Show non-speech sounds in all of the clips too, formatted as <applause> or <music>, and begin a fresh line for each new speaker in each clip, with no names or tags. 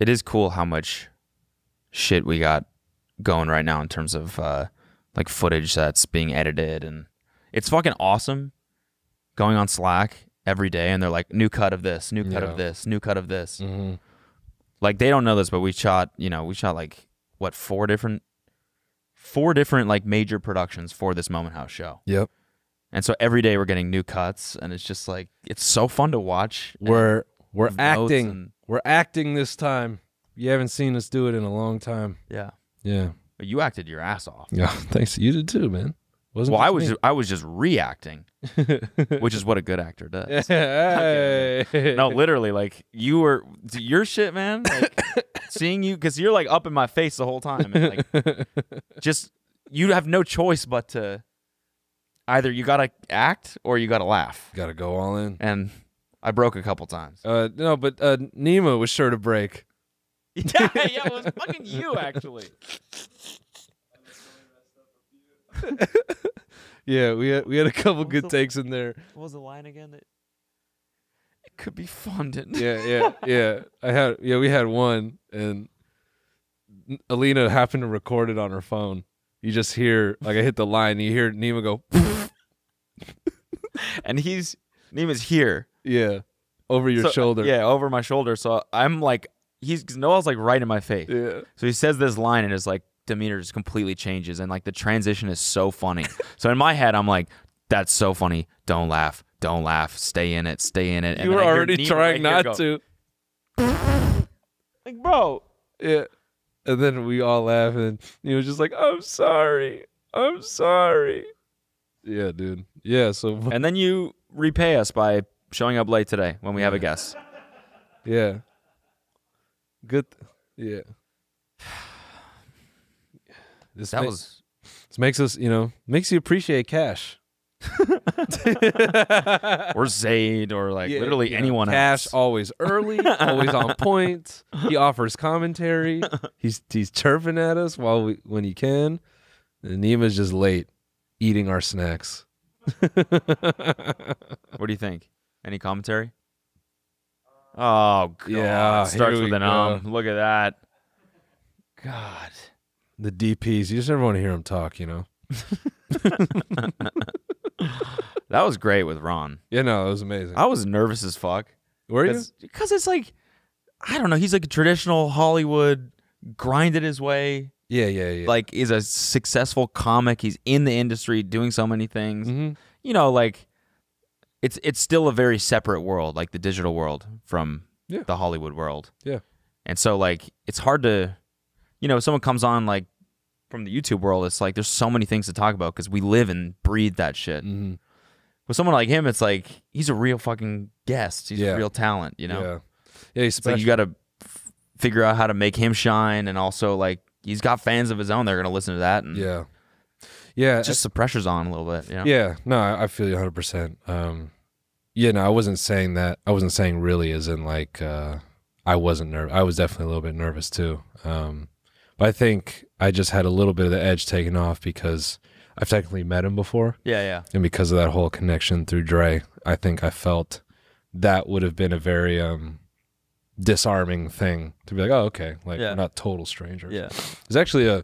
it is cool how much shit we got going right now in terms of uh, like footage that's being edited, and it's fucking awesome. Going on Slack every day, and they're like, "New cut of this, new cut
Yeah.
of this, new cut of this."
Mm-hmm.
Like they don't know this, but we shot, you know, we shot like what four different, four different like major productions for this Moment House show.
Yep.
And so every day we're getting new cuts, and it's just like it's so fun to watch. and
We're we're
notes
acting.
and-
We're acting this time. You haven't seen us do it in a long time.
yeah,
Yeah.
But you acted your ass off.
Yeah. <laughs> Thanks. You did too, man. Wasn't
Well, I
just
was
me.
I was just reacting,
<laughs>
which is what a good actor does.
Hey.
No, literally, like you were your shit, man. <laughs> Like seeing you because you're like up in my face the whole time. And, like <laughs> just you have no choice but to either you gotta act or you gotta laugh.
<laughs> Gotta go all in.
And I broke a couple times.
Uh, no, but uh, Nima was sure to break.
<laughs> yeah, yeah, <laughs> it was fucking you actually.
Yeah, we had we had a couple good takes in there.
What was the line again? That it could be funded.
Yeah, yeah, yeah. I had yeah, we had one, and N- Alina happened to record it on her phone. You just hear like I hit the line, you hear Nima go, <laughs>
And he's name is here.
yeah, over your
So- uh,
shoulder.
Yeah, over my shoulder. So I'm like, he's 'cause Noel's like right in my face.
yeah.
So he says this line, and his like demeanor just completely changes, and like the transition is so
<laughs>
funny. so in my head, I'm like, that's so funny. Don't laugh. Don't laugh. Stay in it. Stay in it. And
you were
then I hear
already
Nima
trying
right here
not
go,
to.
Like, bro.
Yeah. And then we all laugh, and he was just like, "I'm sorry, I'm sorry." Yeah, dude. Yeah. So <laughs>
And then you repay us by showing up late today when we have a guest.
Yeah. Good. yeah.
<sighs>
This
That
ma-
was
this makes us, you know, makes you appreciate cash.
or Zayd or like
Yeah,
literally
yeah.
anyone
Cash
else.
always
<laughs>
early, always on point. He offers commentary. He's he's chirping at us while we when he can. And Nima's just late, eating
<laughs>
our snacks.
What do you think? Any commentary? Oh god.
Yeah,
Starts
here
with
we
an
go.
um. Look at that. God.
The DPs, you just never want to hear him talk, you know.
That was great with Ron.
Yeah, no, it was amazing.
I was nervous as fuck.
Were you?
Because it's like, I don't know. He's like a traditional Hollywood, grinded his way.
Yeah, yeah, yeah.
Like, is a successful comic. He's in the industry doing so many things.
Mhm.
You know, like, it's it's still a very separate world, like the digital world from
Yeah.
the Hollywood world.
Yeah.
And so, like, it's hard to, you know, if someone comes on like from the YouTube world, it's like there's so many things to talk about because we live and breathe that shit.
Mhm.
with someone like him, it's like he's a real fucking guest. He's
Yeah.
a real talent, you know.
Yeah. Yeah, he's
It's like
special.
you got to f- figure out how to make him shine, and also like he's got fans of his own. They're gonna listen to that, and
yeah. Yeah.
just the pressure's on a little bit. You know?
yeah. No, I, I feel you 100%. Um yeah, no, I wasn't saying that. I wasn't saying really as in like uh I wasn't nervous. I was definitely a little bit nervous too. Um but I think I just had a little bit of the edge taken off because I've technically met him before.
yeah, yeah.
and because of that whole connection through Dre, I think I felt that would have been a very um, disarming thing to be like, oh, okay, like
Yeah.
we're not total strangers.
Yeah.
it's actually a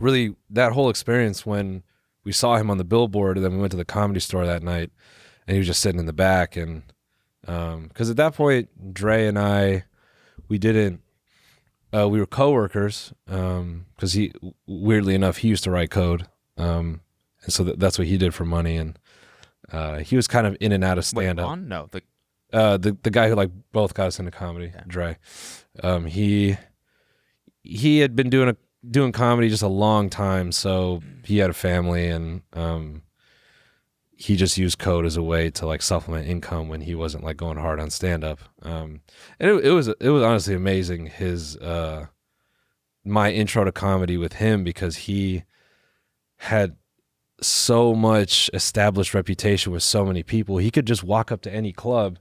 really that whole experience when we saw him on the billboard, and then we went to the comedy store that night, and he was just sitting in the back, and because at that point, Dre and I, we didn't. Uh, we were coworkers because he, weirdly enough, he used to write code, um, and so th- that's what he did for money. And uh, he was kind of in and out of
Wait,
stand up.
Ron? No, the
Uh, the the guy who like both got us into comedy, Dre. Um, he he had been doing a doing comedy just a long time, so he had a family, and um, he just used code as a way to like supplement income when he wasn't like going hard on stand up. Um, and it, it was it was honestly amazing his uh, my intro to comedy with him because he had so much established reputation with so many people. He could just walk up to any club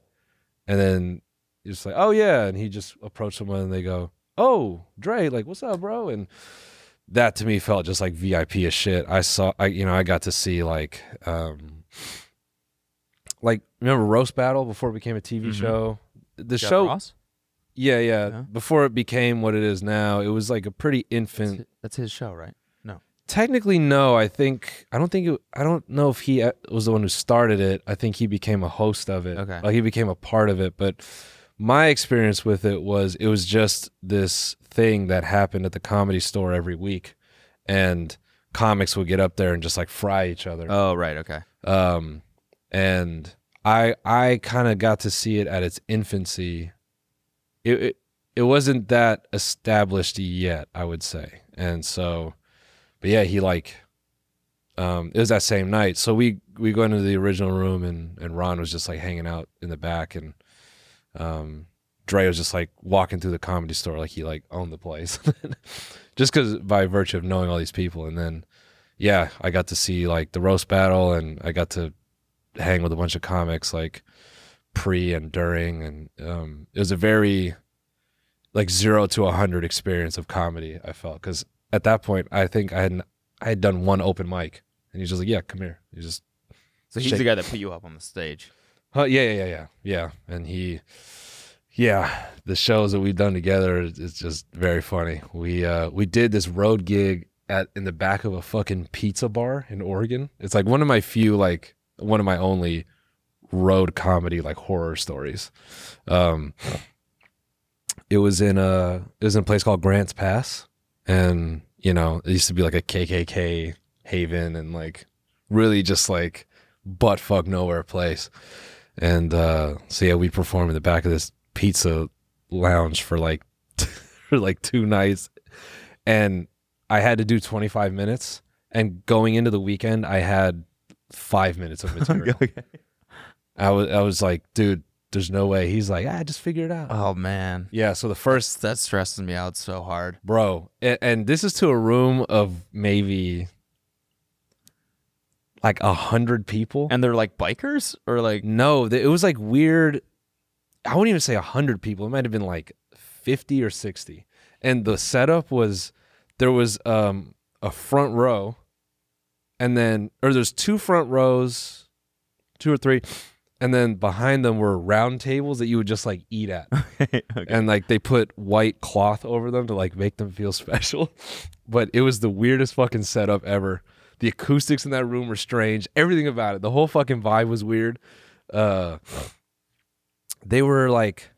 and then you're just like, oh yeah. And he just approached someone and they go, oh, Dre, like, what's up, bro? And that to me felt just like VIP as shit. I saw, I, you know, I got to see like, um, like remember roast battle before it became a TV
Mhm.
show. The
Jeff
show,
Ross?
Yeah, yeah.
No?
Before it became what it is now, it was like a pretty
That's
infant.
hi- That's his show, right?
Technically, no. I think I don't think it, I don't know if he uh, was the one who started it. I think he became a host of it.
Okay.
like he became a part of it. But my experience with it was it was just this thing that happened at the comedy store every week, and comics would get up there and just like fry each other.
Oh, right. Okay.
um, and I I kind of got to see it at its infancy. It, it it wasn't that established yet, I would say, and so, but yeah, he like, um, it was that same night. So we we go into the original room, and and Ron was just like hanging out in the back, and um, Dre was just like walking through the comedy store, like he like owned the place, <laughs> just because by virtue of knowing all these people, and then yeah, I got to see like the roast battle and I got to hang with a bunch of comics like pre and during and um it was a very like 0 to a 100 experience of comedy I felt cuz at that point I think I had I had done one open mic and he's just like yeah come here he just
So he's
Shake-
the guy that put you up on the
<laughs>
stage.
Oh yeah, yeah, yeah, yeah, yeah. And he, yeah, the shows that we've done together is is just very funny. We uh we did this road gig at in the back of a fucking pizza bar in Oregon. It's like one of my few like one of my only road comedy like horror stories. Um, it was in a it was in a place called Grants Pass, and you know it used to be like a KKK haven and like really just like butt fuck nowhere place. And uh, so yeah, we performed in the back of this pizza lounge for like <laughs> for like two nights, and I had to do 25 minutes. And going into the weekend, I had five minutes of material. I was I was like, dude, there's no way. He's like, ah, just figure it out.
Oh man,
yeah. So the first
that's stressing me out so hard.
bro, and, and this is to a room of maybe like a hundred people.
And they're like bikers or
<laughs>
like <laughs>
No, th- it was like weird. I wouldn't even say 100 people. It might have been like 50 or 60. And the setup was there was um, a front row, and then, or there's two front rows, two or three, and then behind them were round tables that you would just like eat at. And like they put white cloth over them to like make them feel <laughs> special. But it was the weirdest fucking setup ever. The acoustics in that room were strange. Everything about it. The whole fucking vibe was weird. Uh they were like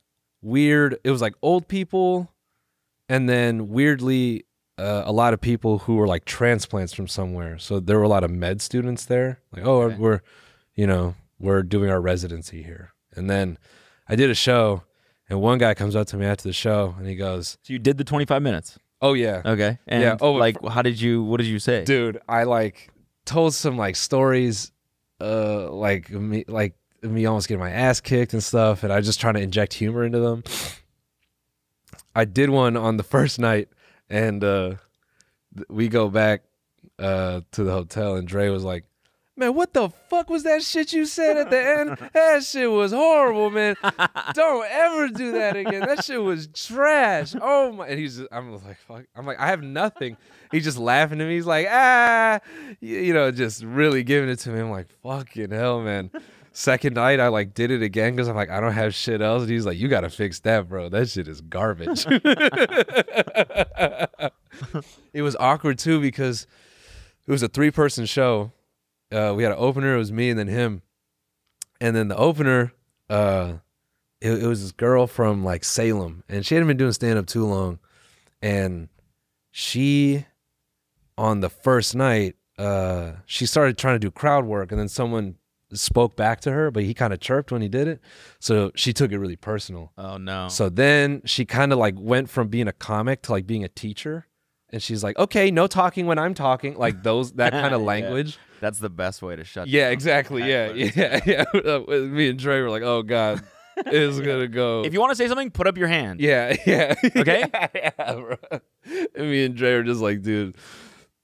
weird. It was like old people and then weirdly uh, a lot of people who were like transplants from somewhere. So there were a lot of med students there. Like, oh,
Okay.
we're you know, we're doing our residency here. And then I did a show and one guy comes up to me after the show and he goes,
so you did the 25 minutes.
"Oh yeah,
Okay. And
Yeah, oh,
like how did you what did you say?
dude i like told some like stories uh like me like me almost getting my ass kicked and stuff and i was just trying to inject humor into them i did one on the first night and uh th- we go back uh to the hotel and dre was like Man, what the fuck was that shit you said at the end? That shit was horrible, man. Don't ever do that again. That shit was trash. Oh my! And he's, just, I'm like, fuck. I'm like, I have nothing. He's just laughing at me. He's like, ah, y- you know, just really giving it to me. I'm like, fucking hell, man. Second night, I like did it again because I'm like, I don't have shit else. And he's like, you gotta fix that, bro. That shit is garbage. <laughs> it was awkward too because it was a three person show uh, we had an opener. It was me and then him, and then the opener, uh, it, it was this girl from like Salem, and she hadn't been doing stand up too long, and she, on the first night, uh, she started trying to do crowd work, and then someone spoke back to her, but he kind of chirped when he did it, so she took it really personal.
Oh no.
So then she kind of like went from being a comic to like being a teacher. And she's like, okay, no talking when I'm talking, like those
<laughs>
that kind of
Yeah.
language.
that's the best way to shut
Yeah,
down.
exactly. Yeah,
Backwards.
yeah, <laughs> yeah. Uh, Me and Dre were like, "Oh God,
<laughs>
it's gonna go."
If you want to say something, put up your hand.
yeah, yeah. <laughs>
Okay?
yeah, yeah, bro. And me and Dre were just like, "Dude,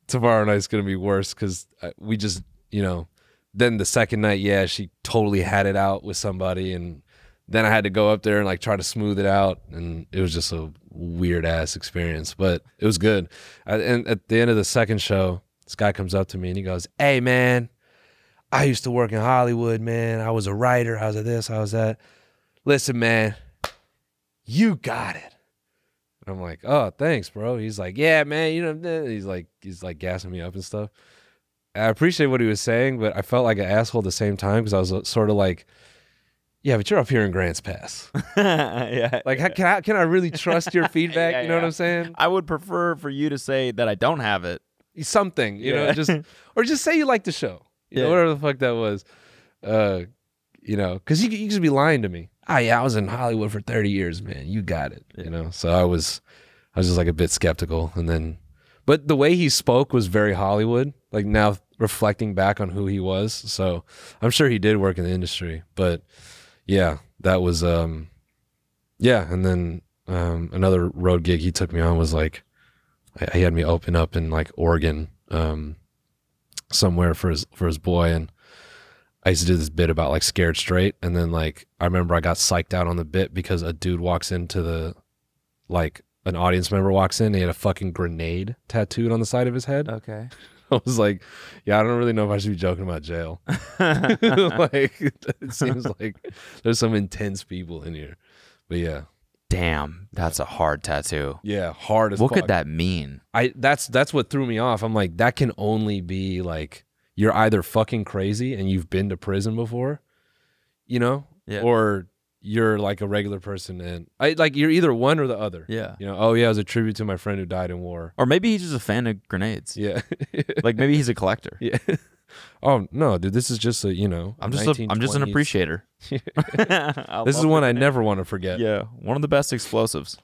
tomorrow night's gonna be worse because we just, you know." Then the second night, yeah, she totally had it out with somebody, and then I had to go up there and like try to smooth it out, and it was just a weird ass experience, but it was good. I, and at the end of the second show, this guy comes up to me and he goes, "Hey, man." I used to work in Hollywood, man. I was a writer. I was at this. I was at. Listen, man, you got it. And I'm like, oh, thanks, bro. He's like, yeah, man. You know, he's like, he's like gassing me up and stuff. I appreciate what he was saying, but I felt like an asshole at the same time because I was uh, sort of like, yeah, but you're up here in Grants Pass.
<laughs> <laughs> yeah.
Like, how, can I can I really trust your feedback?
<laughs> Yeah,
you know what
yeah.
I'm saying?
I would prefer for you to say that I don't have it.
Something, you know,
Yeah. <laughs>
just or just say you like the show, you know,
Yeah.
whatever the fuck that was, uh, you know, because you could- you could just be lying to me. Ah, yeah, I was in Hollywood for 30 years, man. You got it, you
Yeah.
know. So I was, I was just like a bit skeptical, and then, but the way he spoke was very Hollywood. Like now reflecting back on who he was, so I'm sure he did work in the industry, but yeah, that was um yeah, and then um another road gig he took me on was like I- he had me open up in like Oregon um somewhere for his for his boy and I used to do this bit about like scared straight and then like I remember I got psyched out on the bit because a dude walks into the like an audience member walks in and he had a fucking grenade tattooed on the side of his head. <laughs>
Okay.
I was like, yeah, I don't really know if I should be joking about jail. <laughs> like it seems like there's some intense people in here. But yeah,
<laughs> Damn, that's a hard tattoo.
yeah, hard as
What
fuck.
could that mean?
I that's that's what threw me off. I'm like, that can only be like you're either fucking crazy and you've been to prison before, you know,
Yeah.
or you're like a regular person and I like you're either one or the other.
Yeah.
You know, oh yeah, it was a tribute to my friend who died in war.
Or maybe he's just a fan of grenades.
Yeah,
Like maybe he's a collector.
<laughs> yeah. Oh no, dude, this is just a you know.
I'm just a, I'm just an <laughs>
1920s
appreciator.
This is one I never want to forget.
Yeah, one of the best explosives.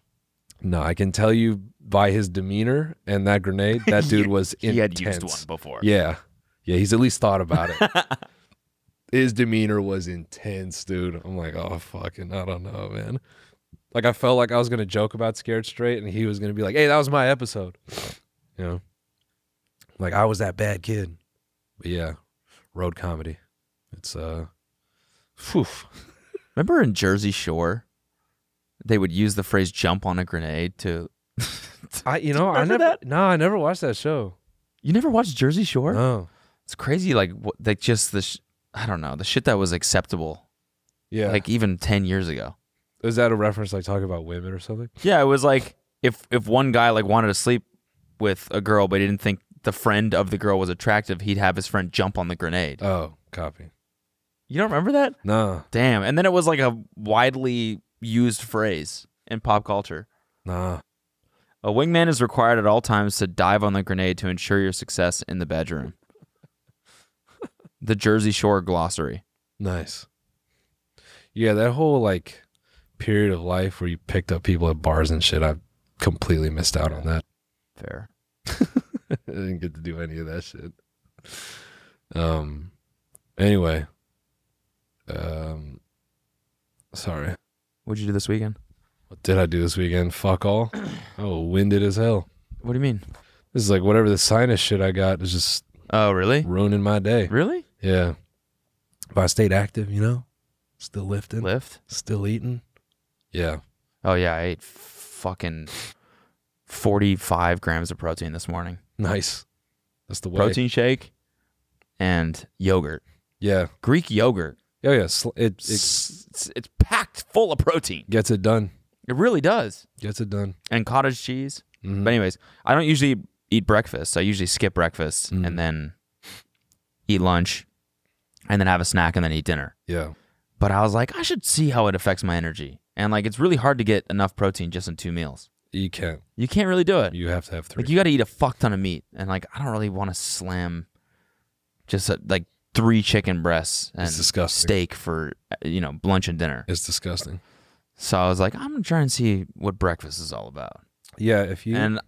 No, I can tell you by his demeanor and that grenade, that dude was intense.
<laughs> He had used one before.
Yeah. Yeah, he's at least thought about it.
<laughs>
his demeanor was intense, dude. I'm like, oh fucking, I don't know, man. Like I felt like I was gonna joke about Scared Straight and he was gonna be like, Hey, that was my episode. You know? Like I was that bad kid. But yeah, road comedy. It's uh <sighs> phew.
Remember in Jersey Shore, they would use the phrase "jump on a grenade" to. <laughs>
I you know, I
remember
never
that?
No, I never watched that show.
you never watched Jersey Shore?
No.
It's crazy, like what, like just the sh- I don't know the shit that was acceptable,
Yeah.
like even ten years ago.
Is that a reference like talking about women or something?
Yeah, it was like if if one guy like wanted to sleep with a girl but he didn't think the friend of the girl was attractive, he'd have his friend jump on the grenade.
Oh, copy.
You don't remember that?
Nah,
Damn. And then it was like a widely used phrase in pop culture.
nah.
A wingman is required at all times to dive on the grenade to ensure your success in the bedroom. the Jersey Shore glossary.
Nice. Yeah, that whole like period of life where you picked up people at bars and shit, I completely missed out on that. <laughs>
Fair.
I didn't get to do any of that shit. Um anyway. Um sorry.
What'd you do this weekend?
What did I do this weekend? Fuck all. <clears throat> Oh, winded as hell.
What do you mean?
This is like whatever the sinus shit I got is just
Oh, really?
ruining my day.
Really?
Yeah. But I stayed active, you know? Still lifting.
Lift?
Still eating? Yeah.
Oh yeah, I ate fucking 45 grams of protein this morning.
Nice. That's the way.
Protein shake and yogurt.
Yeah.
Greek yogurt.
Oh, yeah. Sl- It, it
It's, it's, it's packed full of protein.
gets it done.
It really does.
Gets it done.
And cottage cheese.
Mhm.
But anyways, I don't usually eat breakfast. I usually skip breakfast
Mm.
and then eat lunch and then have a snack and then eat dinner.
Yeah.
But I was like, I should see how it affects my energy. And like it's really hard to get enough protein just in two meals.
You can't.
You can't really do it.
You have to have three.
Like you got to eat a fuck ton of meat, and like I don't really want to slam just uh like three chicken breasts and
disgusting.
steak for uh, you know lunch and dinner.
it's disgusting.
So I was like, I'm gonna try and see what breakfast is all about.
Yeah. If you
And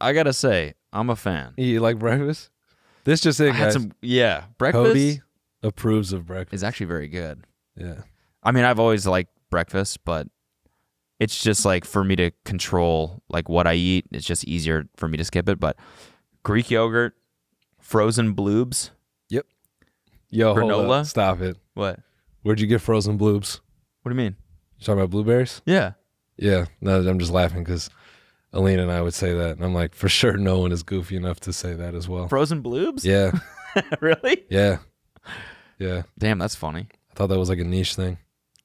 I gotta say, I'm a fan.
you like breakfast, this just it,
I had
guys.
some yeah breakfast
Cody approves of breakfast.
is actually very good.
Yeah.
I mean, I've always liked breakfast, but it's just like for me to control like what I eat. It's just easier for me to skip it. But Greek yogurt, frozen bloobs.
Yo, hold up.
Granola?
Stop it.
What?
Where'd you get frozen bloobs?
What do you mean?
You talking about blueberries?
Yeah.
Yeah. No, I'm just laughing because Alina and I would say that. And I'm like, for sure, no one is goofy enough to say that
<laughs>
as well.
Frozen bloobs?
<laughs> Yeah.
really?
Yeah. Yeah.
Damn, that's funny.
I thought that was like a niche thing.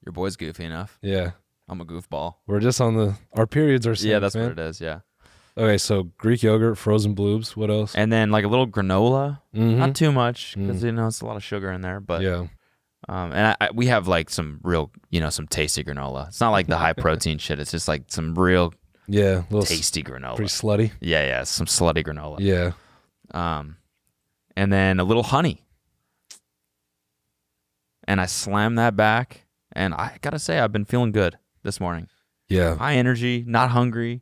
Your boy's goofy enough.
Yeah.
I'm a goofball.
We're just on the our periods are. Synced,
yeah, that's
man.
what it is. Yeah,
Okay, so Greek yogurt, frozen bloobs. What else?
and then like a little granola,
Mhm.
not too much because you know it's a lot of sugar in there. But
Mm-hmm. yeah,
um, and I, I, we have like some real, you know, some tasty granola. It's not like
<laughs>
the high protein shit. It's just like some real
yeah, a little s-
tasty granola.
pretty slutty.
yeah, yeah, some slutty granola.
Yeah,
Um, and then a little honey. And I slammed that back. And I gotta say, I've been feeling good this morning.
yeah.
High energy, not hungry.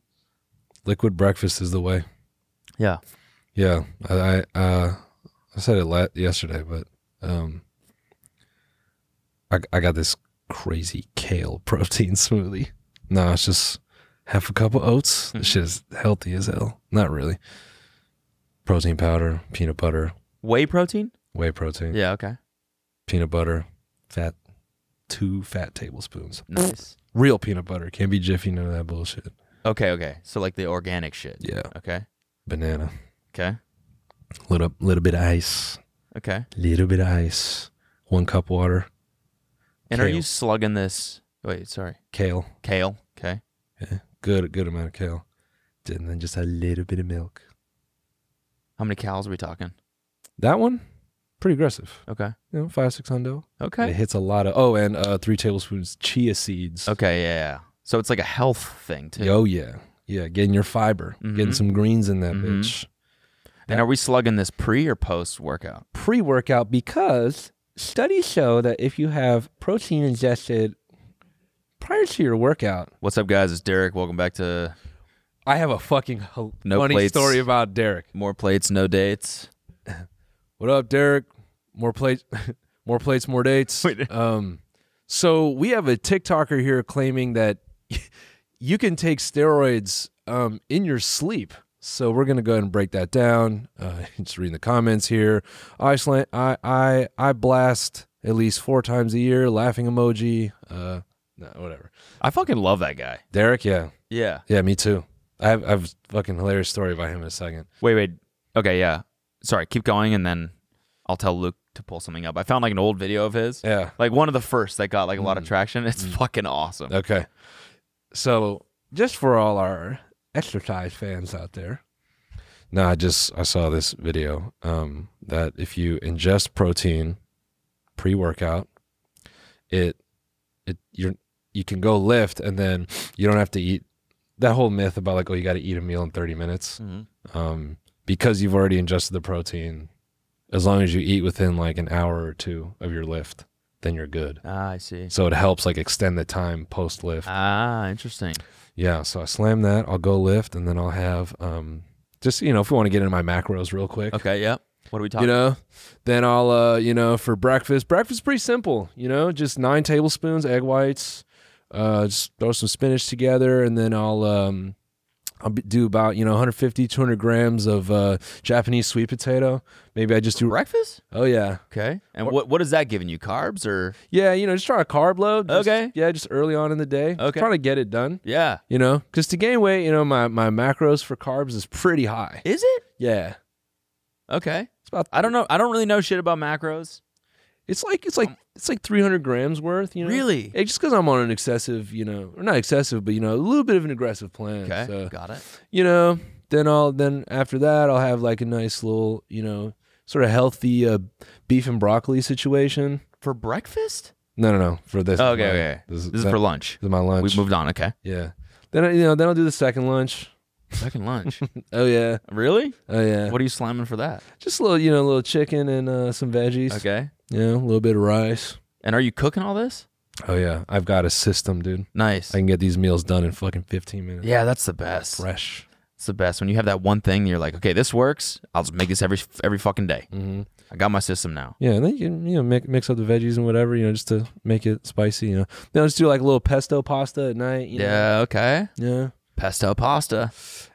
Liquid breakfast is the way.
Yeah.
Yeah, I I, uh, I said it la- yesterday, but um, I I got this crazy kale <laughs> protein smoothie. No, it's just half a cup of oats.
Mm-hmm.
This shit is healthy as hell. Not really. Protein powder, peanut butter,
Whey protein?
whey protein,
Yeah, okay.
peanut butter, fat, two fat tablespoons.
Nice.
Real peanut butter. Can't be jiffy, none of that bullshit.
Okay, okay. So like the organic shit.
Yeah.
Okay.
Banana.
Okay.
Little little bit of ice.
Okay.
Little bit of ice. One cup water.
And are you
Kale.
slugging this wait, sorry.
Kale.
Kale. Okay.
good good amount of kale, and then just a little bit of milk.
How many cows are we talking?
That one, pretty aggressive.
Okay.
You know, five six hundo. It
Okay.
hits a lot of oh, and uh, three tablespoons chia seeds.
Okay, yeah, yeah. So it's like a health thing too.
Oh yeah, yeah, getting your fiber, getting
Mhm.
some greens in that
Mhm.
bitch.
And are we slugging this pre or post workout?
Pre workout because studies show that if you have protein ingested prior to your workout,
What's up guys? It's Derek. Welcome back to
I have a fucking h-
No
funny
plates.
story about Derek.
More plates, no dates.
What up, Derek? More plates, <laughs> more plates, more dates.
Wait.
Um, so we have a TikToker here claiming that <laughs> you can take steroids um, in your sleep. So we're gonna go ahead and break that down. Uh, <laughs> just reading the comments here. I slant, I, I, I blast at least four times a year. Laughing emoji. Uh, no, whatever.
I fucking love that guy.
Derek, yeah,
Yeah.
yeah, me too. I have, I have a fucking hilarious story about him in a second.
Wait, wait. Okay, yeah. Sorry, keep going and then I'll tell Luke to pull something up. I found like an old video of his.
Yeah.
Like one of the first that got like a lot of traction. It's fucking awesome.
Okay. So just for all our exercise fans out there. No, I just I saw this video um, that if you ingest protein pre workout, it it you're you can go lift and then you don't have to eat that whole myth about like, oh you gotta eat a meal in thirty minutes.
Mhm.
Um, because you've already ingested the protein, as long as you eat within like an hour or two of your lift, then you're good.
Ah, I see.
So it helps like extend the time post lift.
Ah, interesting.
Yeah, so I slam that. I'll go lift, and then I'll have um, just you know, if we want to get into my macros real quick,
Okay, yep. What are we
you
talking
know, then I'll uh, you know, for breakfast, breakfast is pretty simple. You know, just nine tablespoons egg whites, uh, just throw some spinach together, and then I'll um, I'll be, do about you know 150 200 grams of uh, Japanese sweet potato. Maybe I just do.
Breakfast?
Oh yeah,
Okay. And what what is that giving you? Carbs or
yeah. You know, just trying to carb load. just-
Okay.
Yeah, just early on in the day.
Okay.
Trying to get it done.
Yeah.
You know, because to gain weight, you know, my, my macros for carbs is pretty high.
Is it?
Yeah.
Okay.
It's about
I don't know. I don't really know shit about macros.
it's like it's like it's like 300 grams worth, you know.
Um, Really?
Hey, just because I'm on an excessive, you know, or not excessive, but you know, a little bit of an aggressive plan.
Okay.
So,
uh, Got it.
you know, then I'll then after that I'll have like a nice little, you know, sort of healthy uh, beef and broccoli situation.
For breakfast?
No, no, no, for this.
Okay,
my-
okay.
This,
This is
that-
for lunch.
this is my lunch.
We've moved on, okay.
Yeah. Then I, you know, then I'll do the second lunch.
<laughs> Second lunch.
Oh yeah.
<laughs> really?
Oh yeah.
What are you slamming for that?
Just a little, you know, a little chicken and uh, some veggies.
Okay.
Yeah, a little bit of rice.
And are you cooking all this?
Oh yeah, I've got a system, dude.
Nice.
I can get these meals done in fucking 15 minutes.
yeah, that's the best.
fresh.
It's the best when you have that one thing. You're like, okay, this works. I'll just make this every every fucking day.
Mm-hmm.
I got my system now.
Yeah, and then you can, you know mix, mix up the veggies and whatever, you know, just to make it spicy. You know, then I'll just do like a little pesto pasta at night. You know?
Yeah. Okay.
yeah.
Pesto pasta.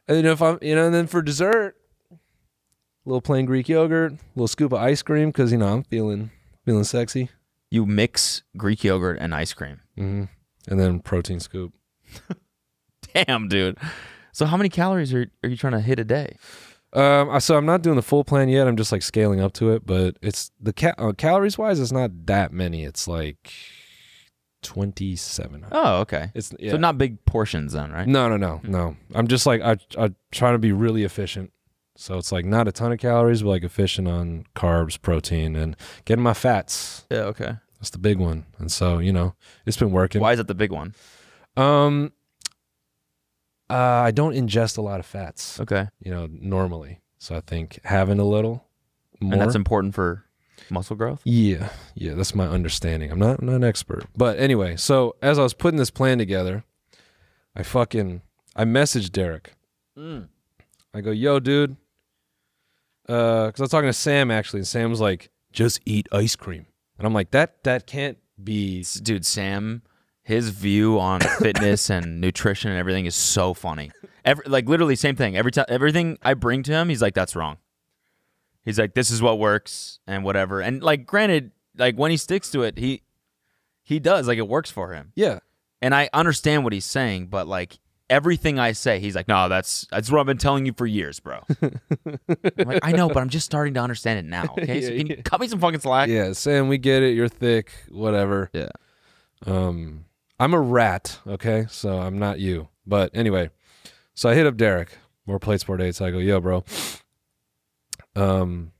And then if I'm, you know, and then for dessert, a little plain Greek yogurt, a little scoop of ice cream because you know I'm feeling feeling sexy.
You mix Greek yogurt and ice cream. <laughs>
Mm-hmm. And then protein scoop.
Damn, dude. So how many calories are are you trying to hit a day?
Um, I- so I'm not doing the full plan yet. I'm just like scaling up to it, but it's the ca- uh, calories wise, it's not that many. It's like 27.
Oh, okay.
It's yeah. Mm.
So not big portions then, right? Mm.
No, no, no, no. I'm just like I I try to be really efficient. So it's like not a ton of calories, but like efficient on carbs, protein, and getting my fats.
Yeah, okay.
That's the big one. And so you know, it's been working.
Why is that the big one?
Um, uh, I don't ingest a lot of fats,
Okay.
you know, normally. So I think having a little more.
And that's important for muscle growth?
Yeah, yeah, that's my understanding. I'm not, I'm not an expert, but anyway. So as I was putting this plan together, I fucking I messaged Derek.
Mm.
I go, "Yo, dude," because I was talking to Sam actually, and Sam was like, "Just eat ice cream," and I'm like, "That that can't be."
Dude, Sam, his view
<laughs>
on fitness and nutrition and everything is so funny. Every, like literally same thing. Every time everything I bring to him, he's like, That's wrong. He's like, This is what works and whatever. And like granted, like when he sticks to it, he he does, like it works for him.
Yeah,
and I understand what he's saying, but like everything I say, he's like, "No, that's that's what I've been telling you for years, bro." I'm like, I know, but I'm just starting to understand it
<laughs>
now. Okay, so
Yeah,
can
yeah.
you cut me some fucking slack?
yeah, Sam, we get it. You're thick, whatever.
Yeah.
Um, I'm a rat, okay? So I'm not you. But anyway, so I hit up Derek, more plate sport dates. I go, yo, bro. Um,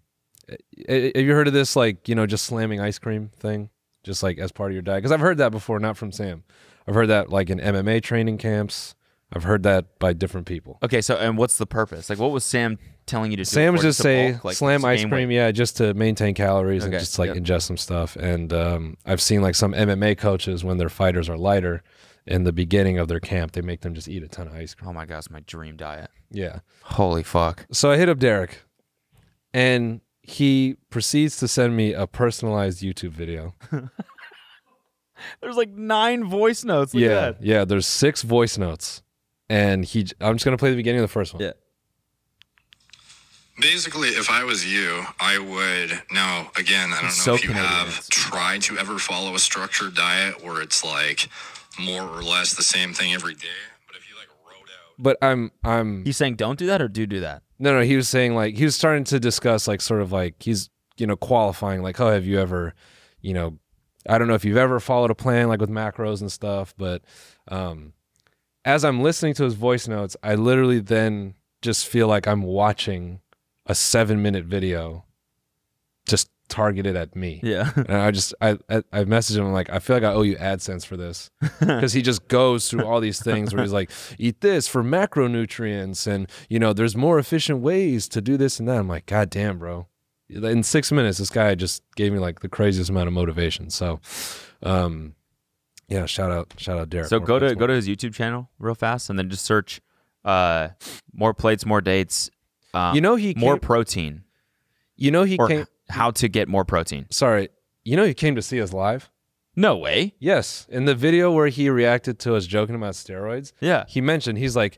eh, have you heard of this, like, you know, just slamming ice cream thing, just like as part of your diet? Because I've heard that before, not from Sam. I've heard that like in MMA training camps. I've heard that by different people.
Okay, so and what's the purpose? Like, what was Sam telling you to do? for
Sam was
it?
just
To
say
bulk, like,
slam
to
ice
gain
cream,
weight?
yeah, just to maintain calories and
Okay,
just like
yep.
ingest some stuff. And um, I've seen like some MMA coaches when their fighters are lighter in the beginning of their camp, they make them just eat a ton of ice cream.
Oh my gosh, my dream diet.
Yeah.
Holy fuck.
So I hit up Derek, and he proceeds to send me a personalized YouTube video.
There's like nine voice notes. Look
yeah,
at that.
yeah. There's six voice notes, and he. j- I'm just gonna play the beginning of the first one.
Yeah.
Basically, if I was you, I would. Now, again, I don't know
so
if you
Canadian,
have
it's-
tried to ever follow a structured diet where it's like more or less the same thing every day. But if you like wrote out,
But I'm I'm
He's saying don't do that or do do that.
No, no, he was saying like he was starting to discuss like sort of like he's you know qualifying like oh have you ever you know I don't know if you've ever followed a plan like with macros and stuff, but um, as I'm listening to his voice notes, I literally then just feel like I'm watching a seven minute video just targeted at me.
Yeah.
And I just I I, I messaged him I'm like I feel like I owe you AdSense for
<laughs>
this because he just goes through all these things where he's like eat this for macronutrients and you know there's more efficient ways to do this and that. I'm like God damn, bro. In six minutes, this guy just gave me like the craziest amount of motivation. So, um, yeah, shout out, shout out, Derek.
<laughs> So go to go to his YouTube channel real fast and then just search uh more plates, more dates. Um,
You know he
more
came-
protein
You know he
or
came.
h- how to get more protein.
Sorry, you know he came to see us live.
No way.
Yes, in the video where he reacted to us joking about steroids.
Yeah.
he mentioned he's like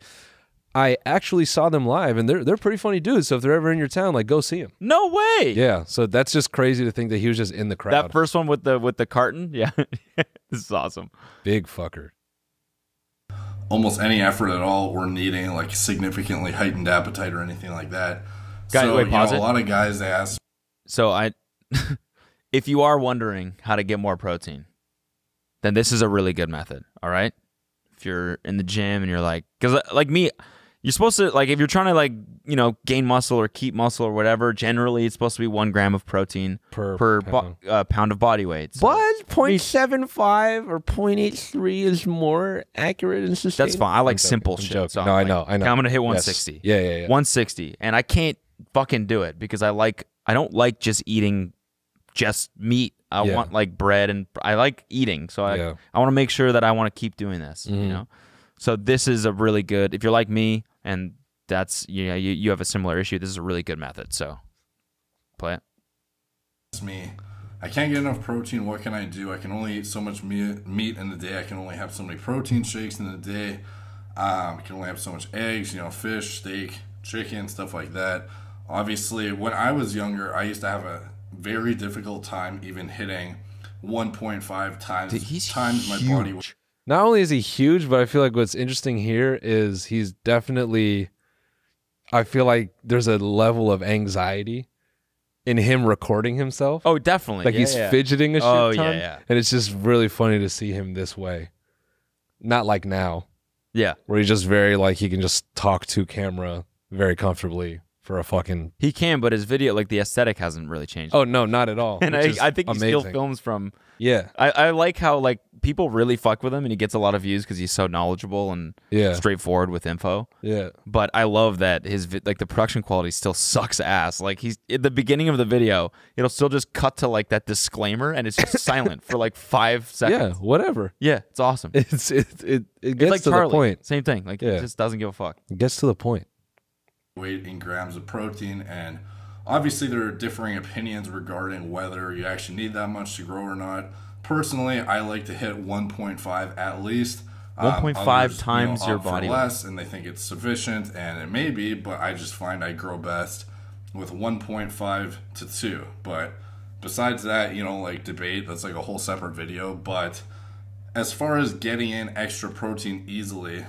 i actually saw them live and they're they're pretty funny dudes so if they're ever in your town like go see them
No way.
yeah so that's just crazy to think that he was just in the crowd
That first one with the with the carton. Yeah. <laughs> this is awesome.
big fucker
almost any effort at all or needing like significantly heightened appetite or anything like that.
Guy-
so,
wait,
you
pause
know,
it.
a lot of guys they ask
So I <laughs> if you are wondering how to get more protein, then this is a really good method, all right? If you're in the gym and you're like cuz like me you're supposed to like if you're trying to like you know gain muscle or keep muscle or whatever. Generally, it's supposed to be one gram of protein
Per
bo- uh, pound of body weight. So
But 0.75 or 0.83 is more accurate and sustainable.
that's fine. I like simple
I'm
shit.
joking.
So
no
I'm
i
like,
know i know
"Okay, I'm gonna hit
Yes.
160.
yeah yeah yeah
160 and i can't fucking do it because i like i don't like just eating just meat i
Yeah.
want like bread and i like eating so i
Yeah.
i want to make sure that i want to keep doing this you know so this is a really good if you're like me and that's you know you, you have a similar issue this is a really good method so play it
me, I can't get enough protein. What can I do? I can only eat so much meat, meat in the day. I can only have so many protein shakes in the day. Um, I can only have so much eggs, you know, fish, steak, chicken, stuff like that. Obviously, when I was younger, I used to have a very difficult time even hitting 1.5 times times my body weight.
not only is he huge but i feel like what's interesting here is he's definitely i feel like there's a level of anxiety in him recording himself.
Oh, definitely.
like
Yeah,
he's
yeah.
fidgeting a shit
Oh, yeah,
ton,
yeah.
and it's just really funny to see him this way. Not like now,
Yeah,
where he's just very like he can just talk to camera very comfortably for a fucking.
he can, but his video, like the aesthetic, hasn't really changed.
Oh no, not at <laughs> all.
<laughs> and
which
I,
is
I think he still
amazing.
films from.
Yeah,
I, I like how like people really fuck with him, and he gets a lot of views because he's so knowledgeable and
yeah,
straightforward with info.
yeah.
But I love that his vi- like the production quality still sucks ass. Like he's at the beginning of the video, it'll still just cut to like that disclaimer, and it's
<laughs>
just silent for like five
Yeah,
seconds.
whatever. <laughs>
Yeah, it's awesome. It's,
It's it it, it gets
like
to
Charlie,
the point.
same thing. Like
Yeah.
it just doesn't give a fuck.
It gets to the point.
weight in grams of protein and obviously there are differing opinions regarding whether you actually need that much to grow or not personally i like to hit 1.5 at least Um,
1.5
others,
times your
opt for
body weight.
less and they think it's sufficient and it may be but i just find i grow best with 1.5 to 2 but besides that you know like debate that's like a whole separate video but as far as getting in extra protein easily,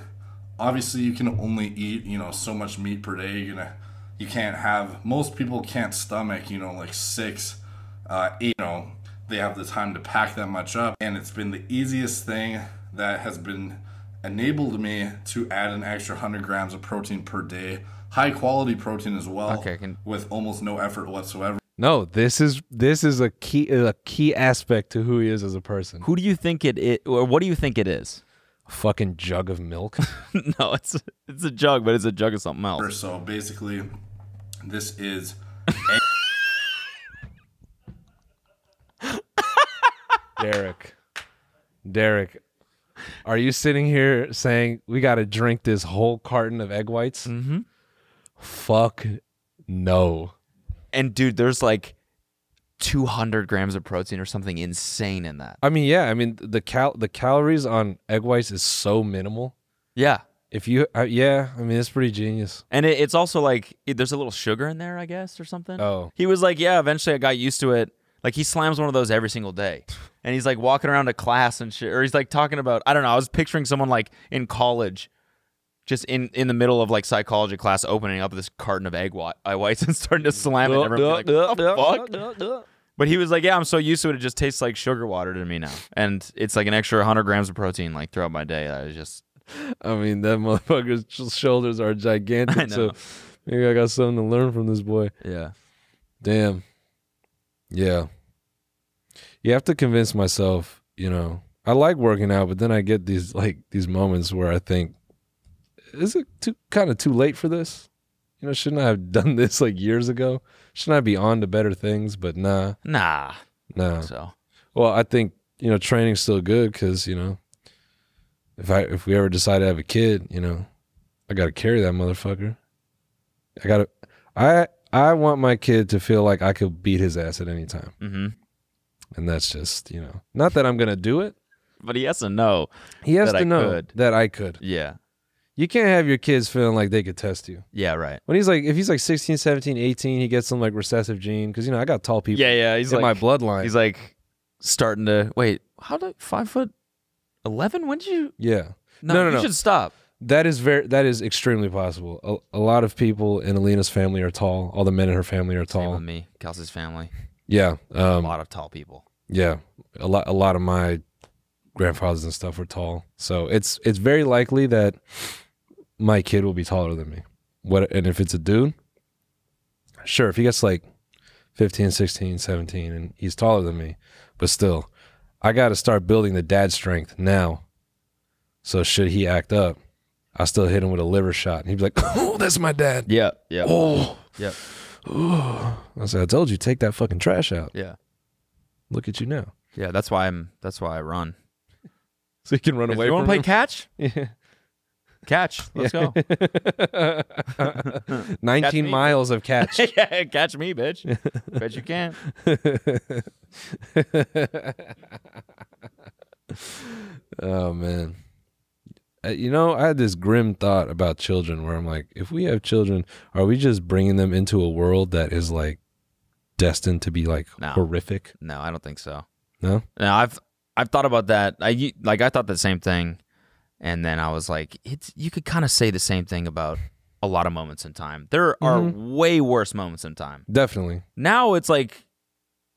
obviously you can only eat, you know, so much meat per day. You're gonna, you can't have, most people can't stomach, you know, like six, uh, eight, you know, they have the time to pack that much up. And it's been the easiest thing that has been enabled me to add an extra 100 grams of protein per day, high quality protein as well,
Okay, I can-
with almost no effort whatsoever.
No, this is this is a key a key aspect to who he is as a person.
Who do you think it is, or what do you think it is? <laughs>
Fucking jug of milk.
no, it's it's a jug, but it's a jug of something else.
So basically, this is.
Derek. Derek. Are you sitting here saying we gotta drink this whole carton of egg whites? Mm-hmm. Fuck no.
And dude, there's like 200 grams of protein or something insane in that.
I mean, yeah, I mean the cal the calories on egg whites is so minimal.
Yeah,
If you uh, yeah, I mean it's pretty genius.
and it, it's also like it- there's a little sugar in there, I guess, or something.
Oh.
he was like, yeah. Eventually, I got used to it. Like he slams one of those every single <laughs> day, and he's like walking around to class and shit, or he's like talking about I don't know. I was picturing someone like in college. Just in, in the middle of like psychology class, opening up this carton of egg white, egg whites and starting to slam it. and everyone being like, "The fuck?" But he was like, "Yeah, I'm so used to it; it just tastes like sugar water to me now, and it's like an extra 100 grams of protein like throughout my day. I was just
I mean that <laughs> motherfucker's sh- shoulders are
I
gigantic.
know.
So maybe I got something to learn from this boy.
yeah,
Damn. Yeah. You have to convince myself, you know, I like working out, but then I get these like these moments where I think, is it too kind of too late for this? You know, shouldn't I have done <laughs> this like years ago? Shouldn't I be on to better things? But nah,
nah."
nah.
So
Well, I think you know training's still good because you know, if I if we ever decide to have a kid, you know, I got to carry that motherfucker. I got to. I I want my kid to feel like I could beat his ass at any time,
hmm
and that's just you know, not that I'm gonna do it.
But he has to know.
He has
That
to
I
know
could.
that I could.
Yeah.
You can't have your kids feeling like they could test you.
Yeah, right.
When he's like, if he's like 16, 17, 18, he gets some like recessive gene because you know I got tall people
Yeah, yeah. He's
in
like
my bloodline.
He's like starting to wait, how did five foot eleven? When did you
yeah.
no,
No, no,
you
no.
should stop.
That is very. That is extremely possible. A, a lot of people in Alina's family are tall. All the men in her family are
Same
tall.
with me, Kelsey's family.
Yeah.
a
Um,
lot of tall people.
yeah. A lot. A lot of my grandfathers and stuff were tall. So it's it's very likely that my kid will be taller than me. What? And if it's a dude, sure. If he gets like 15, 16, 17, and he's taller than me, but still, I got to start building the dad strength now. So should he act up, I still hit him with a liver shot, and he'd be like, <laughs> "Oh, that's my dad."
Yeah, yeah.
Oh,
Yep.
<sighs> I said, I told you, take that fucking trash out.
Yeah.
Look at you now.
Yeah, that's why I'm that's why I run.
<laughs> So you can run
If you wanna play catch?
him. <laughs>
Catch. Let's go. <laughs> Catch
19
me.
miles of catch.
<laughs> <laughs> yeah, catch me, <laughs> bitch. Bet you can.
oh man. Uh, You know, I had this grim thought about children where I'm like, if we have children, are we just bringing them into a world that is like destined to be like
No.
horrific?
No, I don't think so.
No?
No, I've I've thought about that. I u- like I thought the same thing, and then I was like, it's you could kind of say the same thing about a lot of moments in time. There are
Mm-hmm.
way worse moments in time.
Definitely.
Now it's like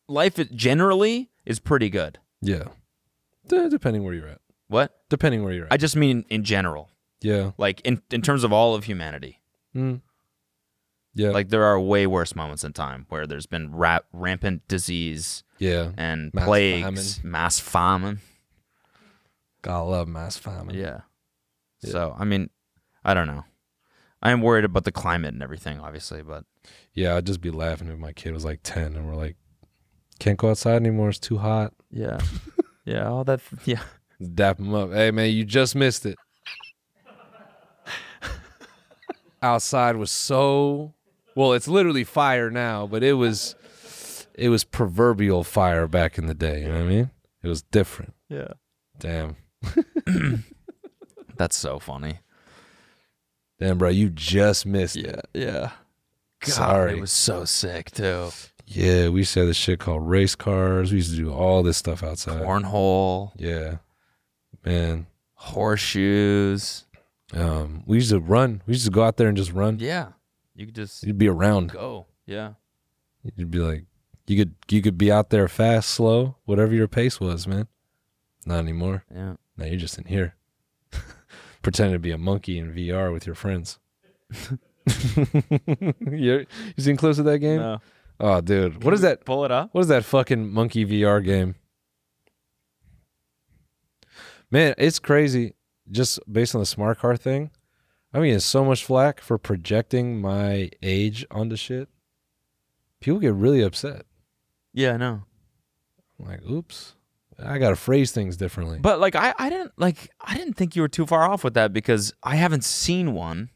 life is- generally is pretty good.
Yeah. D- depending where you're at.
What?
Depending where you're at.
I just mean in general,
yeah.
like in, in terms of all of humanity.
Mm. Yeah.
Like there are way worse moments in time where there's been ra- rampant disease
yeah.
<laughs> and
Mass
plagues, mass famine.
Gotta love mass famine.
Yeah. So I mean, I don't know. I am worried about the climate and everything, obviously, but
Yeah. I'd just be laughing if my kid was like 10 and we're like, can't go outside anymore. It's too hot.
<laughs> yeah, yeah, all that, yeah,
Dap him up. Hey, man, you just missed it. Outside was so well, it's literally fire now, but it was it was proverbial fire back in the day, you know what I mean? It was different.
yeah.
Damn.
That's so funny.
Damn, bro, you just missed it.
yeah. God,
Sorry.
it was so sick too.
Yeah, we used to have this shit called race cars. We used to do all this stuff outside.
Cornhole,
Yeah. Man.
horseshoes.
Um, we used to run. We used to go out there and just run.
Yeah, you could just
You'd be around.
go. Yeah,
You'd be like, you could you could be out there fast, slow, whatever your pace was, man. Not anymore.
yeah.
Now you're just in here, <laughs> pretending to be a monkey in VR with your friends. <laughs> you you seen close to that game?
No.
Oh, dude, what is that?
Pull it up.
What is that fucking monkey VR game? Man, it's crazy. Just based on the smart car thing, I'm getting so much flack for projecting my age onto shit. People get really upset.
Yeah, I know.
I'm like, oops, I gotta phrase things differently.
But like, I, I didn't like, I didn't think you were too far off with that because I haven't seen one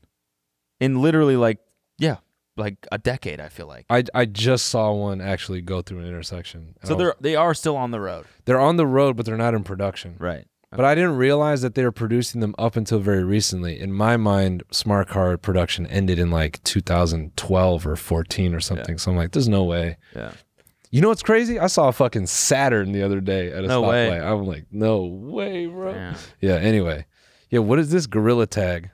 in literally like, yeah, like a decade. I feel like.
I I just saw one actually go through an intersection. And
So
I was-
they're they are still on the road.
they're on the road, but they're not in production.
Right.
But I didn't realize that they were producing them up until very recently. In my mind, smart car production ended in like 2012 or 14 or something. So I'm like, there's no way.
Yeah.
You know what's crazy? I saw a fucking Saturn the other day at a
No way.
stoplight. I'm like, no way, bro.
Yeah.
Yeah. Anyway, yeah. What is this gorilla tag?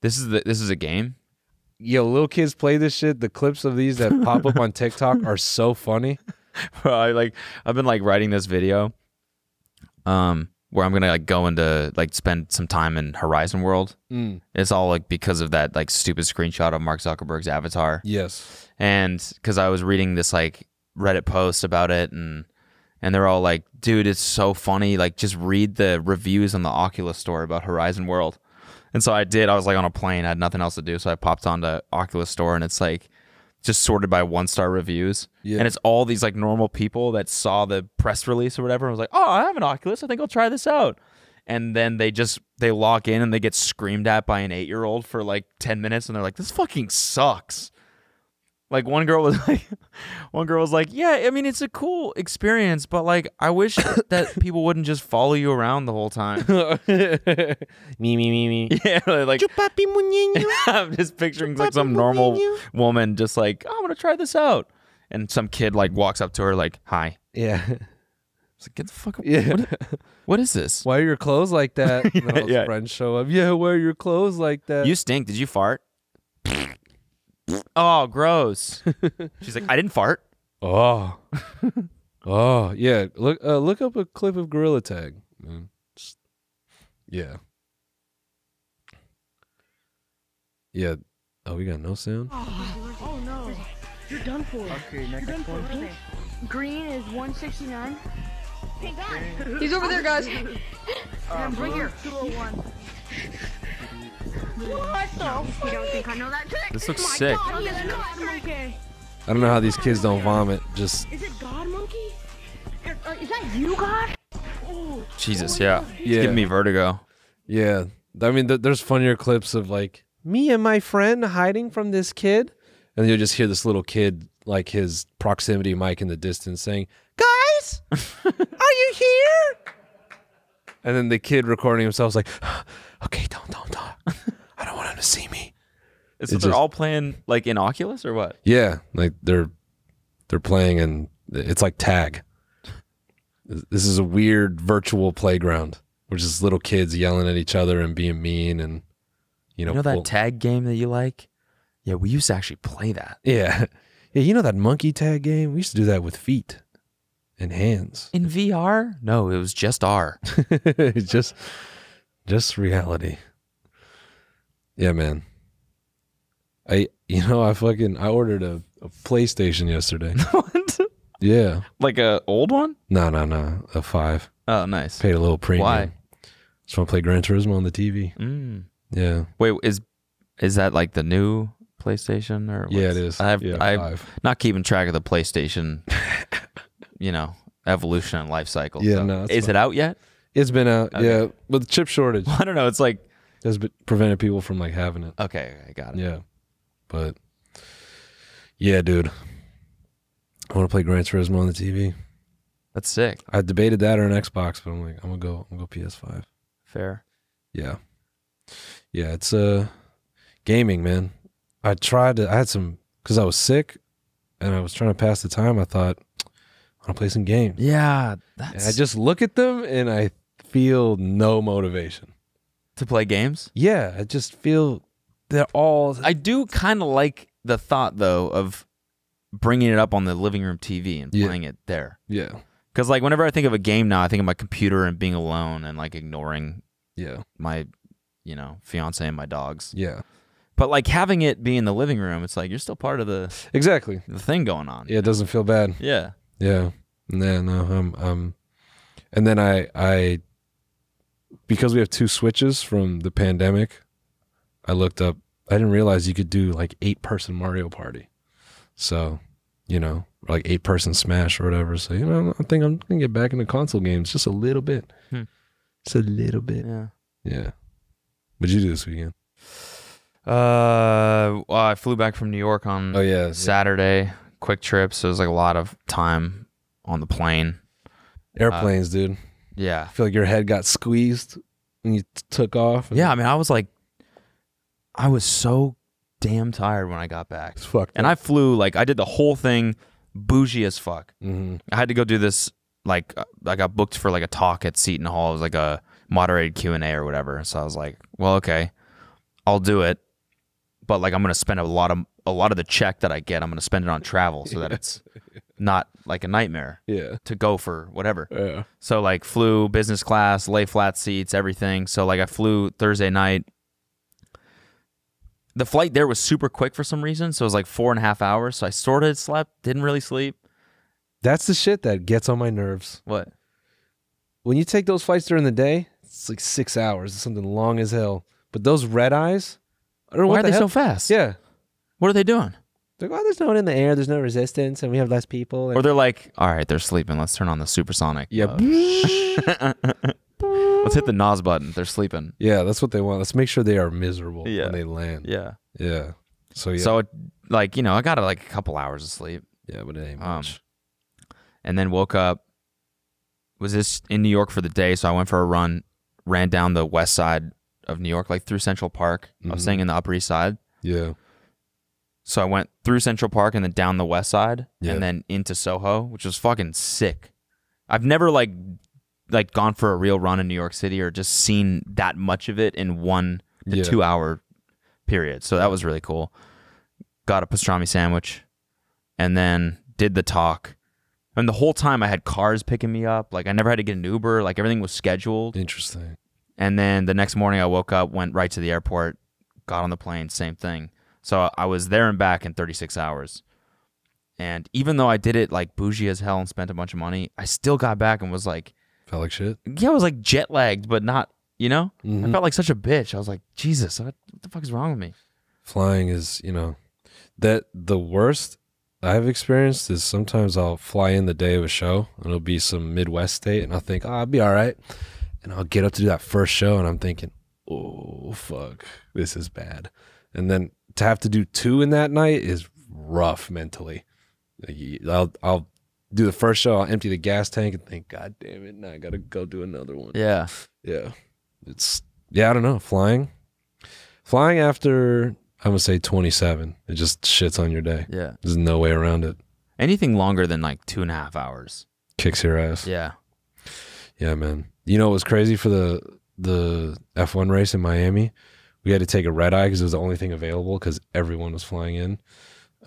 This is the this is a game. <laughs>
Yo, little kids play this shit. The clips of these that pop up on TikTok are so funny.
I like I've been like writing this video um where I'm going to like go into like spend some time in Horizon World.
Mm,
It's all like because of that like stupid screenshot of Mark Zuckerberg's avatar.
yes.
and because I was reading this like Reddit post about it, and and they're all like, "Dude, it's so funny! Like, just read the reviews on the Oculus store about Horizon World." And so I did. I was like on a plane, I had nothing else to do, so I popped onto Oculus store, and it's like just sorted by one star reviews,
Yeah.
and it's all these like normal people that saw the press release or whatever, and was like, "Oh, I have an Oculus. I think I'll try this out." And then they just they log in and they get screamed at by an eight year old for like ten minutes, and they're like, "This fucking sucks." Like one girl was <laughs> like, one girl was like, yeah, I mean it's a cool experience, but like I wish
<laughs>
that people wouldn't just follow you around the whole time. <laughs>
me me me me.
yeah, <laughs> like I'm just picturing like some normal woman just like "Oh, I'm gonna try this out, and some kid like walks up to her like, hi.
<laughs> Yeah. <laughs>
It's like get the fuck.
Yeah.
What, what is this?
Why are your clothes like <laughs> that? And all his
yeah.
friends show up. Yeah, why are your clothes like
<laughs>
that?
You stink. Did you fart? oh, gross.
<laughs>
She's like, I didn't fart.
oh, oh, yeah. Look, uh, look up a clip of Gorilla Tag. man. Just- Yeah, yeah. Oh, we got no sound.
Oh no. You're done for. Okay, next You're done one. For. Green is 169.
He's over there, <laughs> guys.
and right here, 201. what the
You don't think I know that
Oh,
trick? Oh,
This looks sick.
God, he is God monkey.
I don't know how these kids don't vomit. Just
Is it God monkey?
Uh, is that you, God?
Oh,
Jesus, yeah. It's
Yeah.
giving me vertigo.
yeah. I mean, th- there's funnier clips of like me and my friend hiding from this kid, and you'll just hear this little kid like his proximity mic in the distance saying,
<laughs>
Guys, are you here?
And then the kid recording himself is like, <gasps> okay, don't, don't talk. I don't want him to see me.
So they're
just-
all playing like in Oculus or what?
Yeah, like they're they're playing and it's like tag. This is a weird virtual playground, which is little kids yelling at each other and being mean and You know,
You know that
pull-
tag game that you like? Yeah, we used to actually play that
yeah, <laughs> yeah. You know that monkey tag game? We used to do that with feet and hands. <laughs>
in VR. No, it was just R.
it's just, just reality. Yeah, man. I you know I fucking I ordered a, a PlayStation yesterday.
<laughs> What?
yeah,
<laughs> like a old one?
no, no, no, a five.
Oh, nice.
Paid a little premium.
Why?
Just want to play Gran Turismo on the TV.
Mm.
Yeah.
Wait, is is that like the new PlayStation or?
Yeah, it
what's-
is.
I've,
Yeah,
I'm
five.
not keeping track of the PlayStation. you know, evolution and life cycle.
Yeah,
so.
no, that's
is
fine.
it out yet? <laughs>
It's been out, yeah. But the chip shortage
I don't know. It's like
has been, prevented people from like having it.
okay, I got it.
Yeah, but yeah, dude, I want to play Gran Turismo on the TV.
That's sick.
I debated that or an Xbox, but I'm like, I'm gonna go, I'm gonna go PS5.
Fair.
Yeah, yeah. It's uh, gaming, man. I tried to. I had some because I was sick, and I was trying to pass the time. I thought I want to play some games.
Yeah,
And
that's
I just look at them and I feel no motivation.
to play games.
Yeah, I just feel they're all.
I do kind of like the thought though of bringing it up on the living room TV and
Yeah.
playing it there.
yeah,
Because like whenever I think of a game now, I think of my computer and being alone and like ignoring
yeah,
my, you know, fiance and my dogs.
yeah.
But like having it be in the living room, it's like you're still part of the,
Exactly.
the thing going on.
Yeah, it doesn't feel bad.
Yeah.
Yeah. Yeah. No. Um. Um. And then I I because we have two switches from the pandemic, I looked up. I didn't realize you could do like eight person Mario Party. So, you know, or like eight person Smash or whatever. So you know, I think I'm gonna get back into console games just a little bit.
Hmm.
Just a little bit.
Yeah.
Yeah. What'd you do this weekend?
Uh, well, I flew back from New York on
Oh yeah.
Saturday, quick trip. So it was like a lot of time on the plane. Uh,
Airplanes, dude.
Yeah.
I feel like your head got squeezed when you t- took off. and-
Yeah, I mean, I was like, I was so damn tired when I got back,
It's fucked.
and I flew like I did the whole thing, bougie as fuck.
hmm
I had to go do this like uh, I got booked for like a talk at Seton Hall. It was like a moderated Q and A or whatever. So I was like, well, okay, I'll do it, but like I'm gonna spend a lot of a lot of the check that I get, I'm gonna spend it on travel so that it's not like a nightmare
Yeah.
to go for whatever.
Yeah.
So like flew business class, lay flat seats, everything. So like I flew Thursday night. The flight there was super quick for some reason, so it was like four and a half hours. So I sort of slept, didn't really sleep.
That's the shit that gets on my nerves.
What?
When you take those flights during the day, it's like six hours. It's something long as hell. But those red eyes, I don't know
Why
what
are
the
they so
hell.
fast?
yeah.
What are they doing?
They're like, oh, there's no one in the air. There's no resistance, and we have less people.
Or they're like, all right, they're sleeping. Let's turn on the supersonic.
yeah.
mode." <laughs> Let's hit the nos button. They're sleeping.
yeah, that's what they want. Let's make sure they are miserable
Yeah.
when they land.
Yeah.
Yeah. So yeah.
So it, like you know, I got like a couple hours of sleep.
yeah, but it ain't
Um,
much.
and then woke up was this in new york for the day so i went for a run ran down the west side of new york like through central park i was staying in the upper east side
Yeah.
so i went through central park and then down the west side
Yeah.
and then into soho which was fucking sick i've never like like gone for a real run in new york city or just seen that much of it in one to
Yeah.
two hour period so that was really cool got a pastrami sandwich and then did the talk. And the whole time I had cars picking me up. Like I never had to get an Uber. Like everything was scheduled.
Interesting.
And then the next morning I woke up, went right to the airport, got on the plane, same thing. So I was there and back in 36 hours. And even though I did it like bougie as hell and spent a bunch of money, I still got back and was like,
Felt like shit.
yeah, I was like jet lagged, but not, you know? I
Mhm.
felt like such a bitch. I was like, Jesus, what what the fuck is wrong with me?
flying is you know that the worst i've experienced is sometimes i'll fly in the day of a show and it'll be some midwest state and i'll think oh, i'll be all right and i'll get up to do that first show and i'm thinking oh fuck this is bad and then to have to do two in that night is rough mentally Like, y- i'll i'll do the first show i'll empty the gas tank and think god damn it now i gotta go do another one
Yeah.
yeah. It's yeah, I don't know. Flying. Flying after I'm gonna say twenty seven. It just shits on your day.
Yeah.
There's no way around it.
Anything longer than like two and a half hours.
Kicks your ass. Yeah,
Yeah.
man. You know what was crazy for the the F one race in Miami We had to take a red eye because it was the only thing available because everyone was flying in.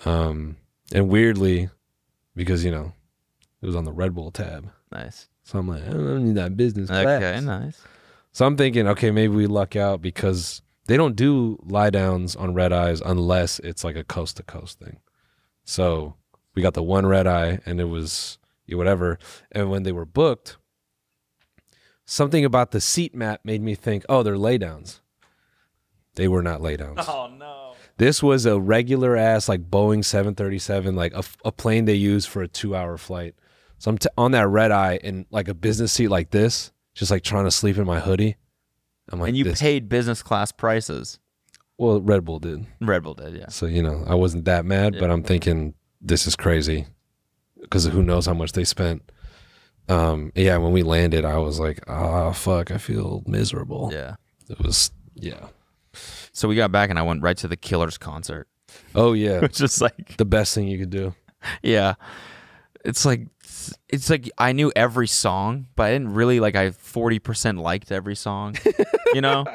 Um, and weirdly, because you know, it was on the Red Bull tab,
Nice.
so I'm like, I don't need that business class.
Okay, nice.
So I'm thinking, okay, maybe we luck out because they don't do lie downs on red eyes unless it's like a coast to coast thing. So we got the one red eye and it was whatever. And when they were booked, something about the seat map made me think, oh, they're laydowns. They were not laydowns.
Oh no.
This was a regular ass like Boeing 737, like a, a plane they use for a two hour flight. So I'm t- on that red eye in like a business seat like this, just like trying to sleep in my hoodie. I'm like,
and you
this-
paid business class prices.
Well, Red Bull did,
Red Bull did, yeah.
so you know I wasn't that mad, but I'm thinking this is crazy because who knows how much they spent. Um, yeah, when we landed, I was like, ah, fuck, I feel miserable.
Yeah.
It was, yeah.
So we got back and I went right to the Killers concert. <laughs>
Oh yeah,
It's just like
the best thing you could do.
yeah it's like it's like i knew every song but i didn't really like i 40% liked every song you know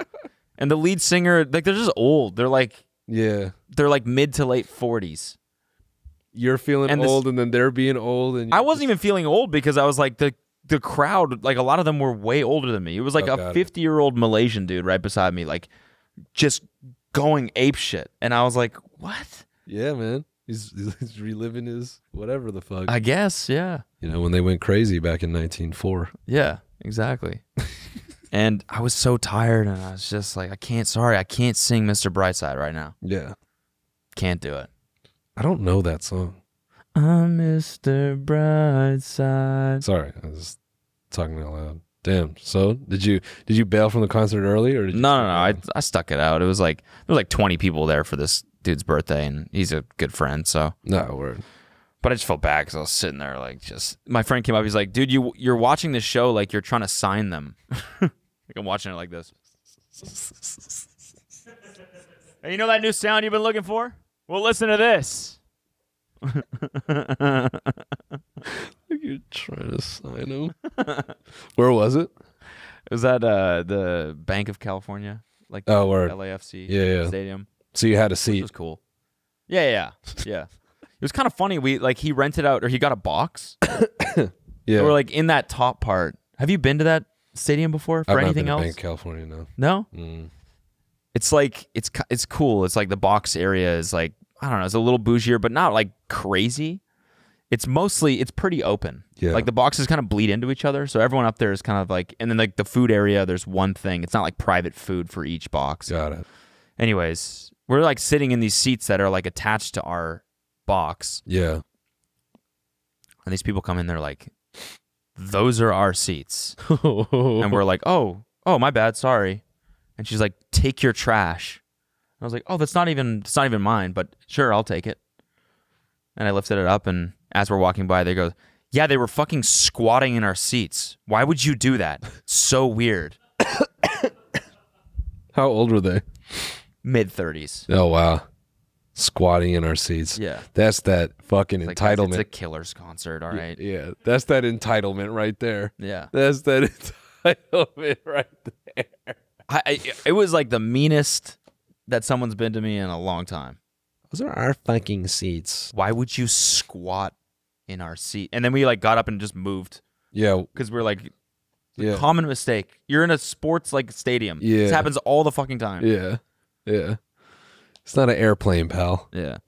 and the lead singer like they're just old they're like
Yeah.
they're like mid to late 40s
you're feeling
And this-
old and then they're being old and
i wasn't even feeling old because i was like the the crowd like a lot of them were way older than me it was like
Oh,
a
God.
50 year old malaysian dude right beside me like just going ape shit and i was like what
yeah man he's, <laughs> he's reliving his whatever the fuck
i guess yeah
you know when they went crazy back in 1904
Yeah, exactly. <laughs> and I was so tired, and I was just like, I can't. Sorry, I can't sing Mr. Brightside right now.
yeah
Can't do it.
i don't know that song
I'm Mr. Brightside.
sorry i was talking out loud damn so did you did you bail from the concert early or did
No,
you
no, no. I I stuck it out. It was like there was like 20 people there for this dude's birthday, and he's a good friend, so.
no word
But I just felt bad because I was sitting there like just. My friend came up. He's like, "Dude, you you're watching this show like you're trying to sign them." <laughs> like I'm watching it like this. hey, you know that new sound you've been looking for? Well, listen to this. <laughs>
you're trying to
<laughs>
sign him where was it
Was that uh the Bank of California? Like
Oh, word.
LAFC
Yeah, yeah.
stadium.
so you had a
It
seat
was cool. Yeah, yeah, yeah. it was kind of funny. We like he rented out or he got a box.
yeah
We're like in that top part. Have you been to that stadium before
I've
for
not
anything
been to
else?
Bank, california no
No.
Mm.
It's like it's ki- it's cool. It's like the box area is like I don't know. It's a little bougier, but not like crazy. It's mostly it's pretty open.
Yeah.
Like the boxes kind of bleed into each other, so everyone up there is kind of like, and then like the food area, there's one thing. It's not like private food for each box.
got it
Anyways, we're like sitting in these seats that are like attached to our box,
<laughs> yeah
and these people come in. They're like, "Those are our seats," and we're like, "Oh, oh, my bad, sorry." And she's like, "Take your trash." And I was like, "Oh, that's not even it's not even mine, but sure, I'll take it." And I lifted it up, and as we're walking by, they go, "Yeah, they were fucking squatting in our seats. Why would you do that? So weird."
how old were they
Mid thirties.
Oh wow. Squatting in our seats.
Yeah.
That's that fucking
Like, guys,
entitlement.
It's a killer's concert, all right.
Yeah. That's that entitlement right there.
Yeah.
That's that <laughs> entitlement right there.
I, I it was like the meanest that someone's been to me in a long time.
Those are our fucking seats.
Why would you squat in our seat? And then we like got up and just moved
Yeah.
because we're like
Yeah.
common mistake. You're in a sports like stadium.
Yeah.
this happens all the fucking time.
Yeah. Yeah. It's not an airplane, pal. <laughs>
Yeah.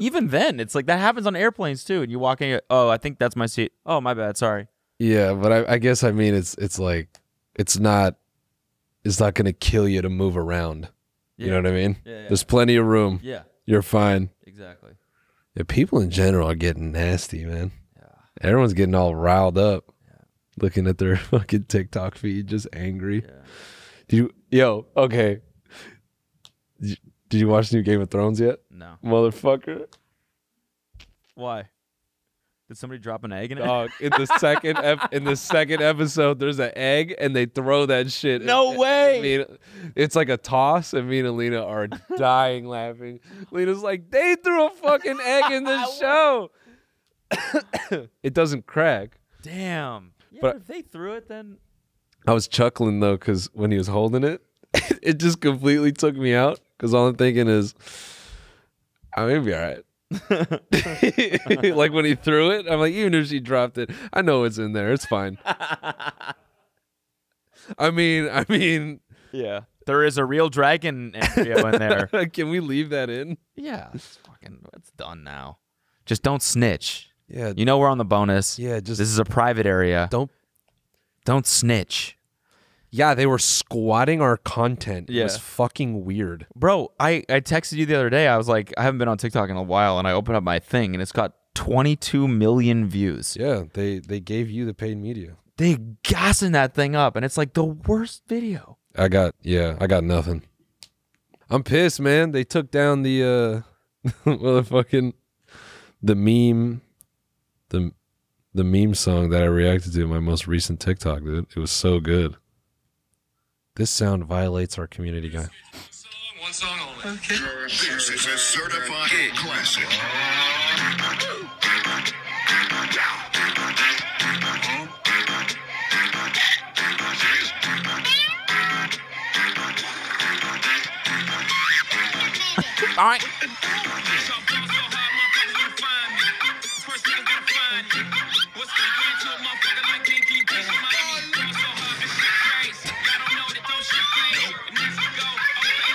Even then, it's like that happens on airplanes too. And you walk in, you're, oh, I think that's my seat. Oh, my bad, sorry.
Yeah, but I, I guess I mean it's it's like it's not it's not gonna kill you to move around. You
Yeah.
know what I mean?
Yeah, yeah.
There's plenty of room.
Yeah,
You're fine.
exactly.
Yeah, people in general are getting nasty, man. Everyone's getting all riled up, looking at their <laughs> fucking TikTok feed, just angry. Did you, yo, okay. Did you, did you watch new Game of Thrones yet,
No,
motherfucker?
why? Did somebody drop an egg in it?
<laughs> Dog, in the second ep- in the second episode, there's an egg, and they throw that shit.
No
And-
way!
and me and- it's like a toss, and me and Lena
<laughs>
are dying laughing. Lena's like, they threw a fucking
<laughs>
egg in the show. <coughs> it doesn't crack.
Damn. Yeah,
But-
if they threw it, then
I was chuckling though because when he was holding it, <laughs> it just completely took me out because all I'm thinking is, I'm gonna be all right. <laughs> like when he threw it, I'm like, even if she dropped it, I know it's in there.
<laughs>
It's fine. I mean, I mean, <laughs>
Yeah. There is a real dragon embryo in there.
can we leave that in?
yeah. It's fucking it's done now. Just don't snitch.
Yeah,
You know we're on the bonus.
Yeah, just-
this is a private area.
don't.
Don't snitch.
Yeah, they were squatting our content. It was
Yeah.
fucking weird.
Bro, I, I texted you the other day. I was like, I haven't been on TikTok in a while, and I opened up my thing and it's got twenty two million views.
Yeah, they they gave you the paid media.
They gassing that thing up and it's like the worst video.
I got yeah, I got nothing. I'm pissed, man. They took down the uh <laughs> motherfucking the meme the the meme song that I reacted to in my most recent TikTok, dude. It was so good. This sound violates our community guy.
One song only. This is a certified classic.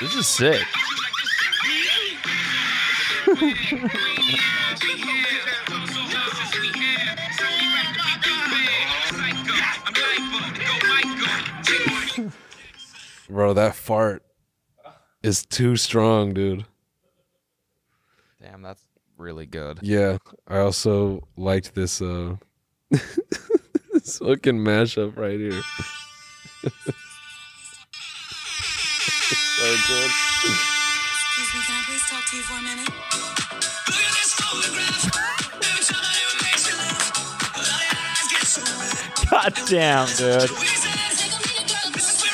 This is sick.
Bro, that fart is too strong, dude.
Damn, that's really good.
Yeah, I also liked this uh <laughs> this fucking mashup right here.
Excuse me, can I please talk to you for a minute? Look at this photograph. Every time I ever make you laugh, a lot of your eyes get so red.
<laughs> God damn, dude.
Squeeze your hands, take a minute, girl. This is where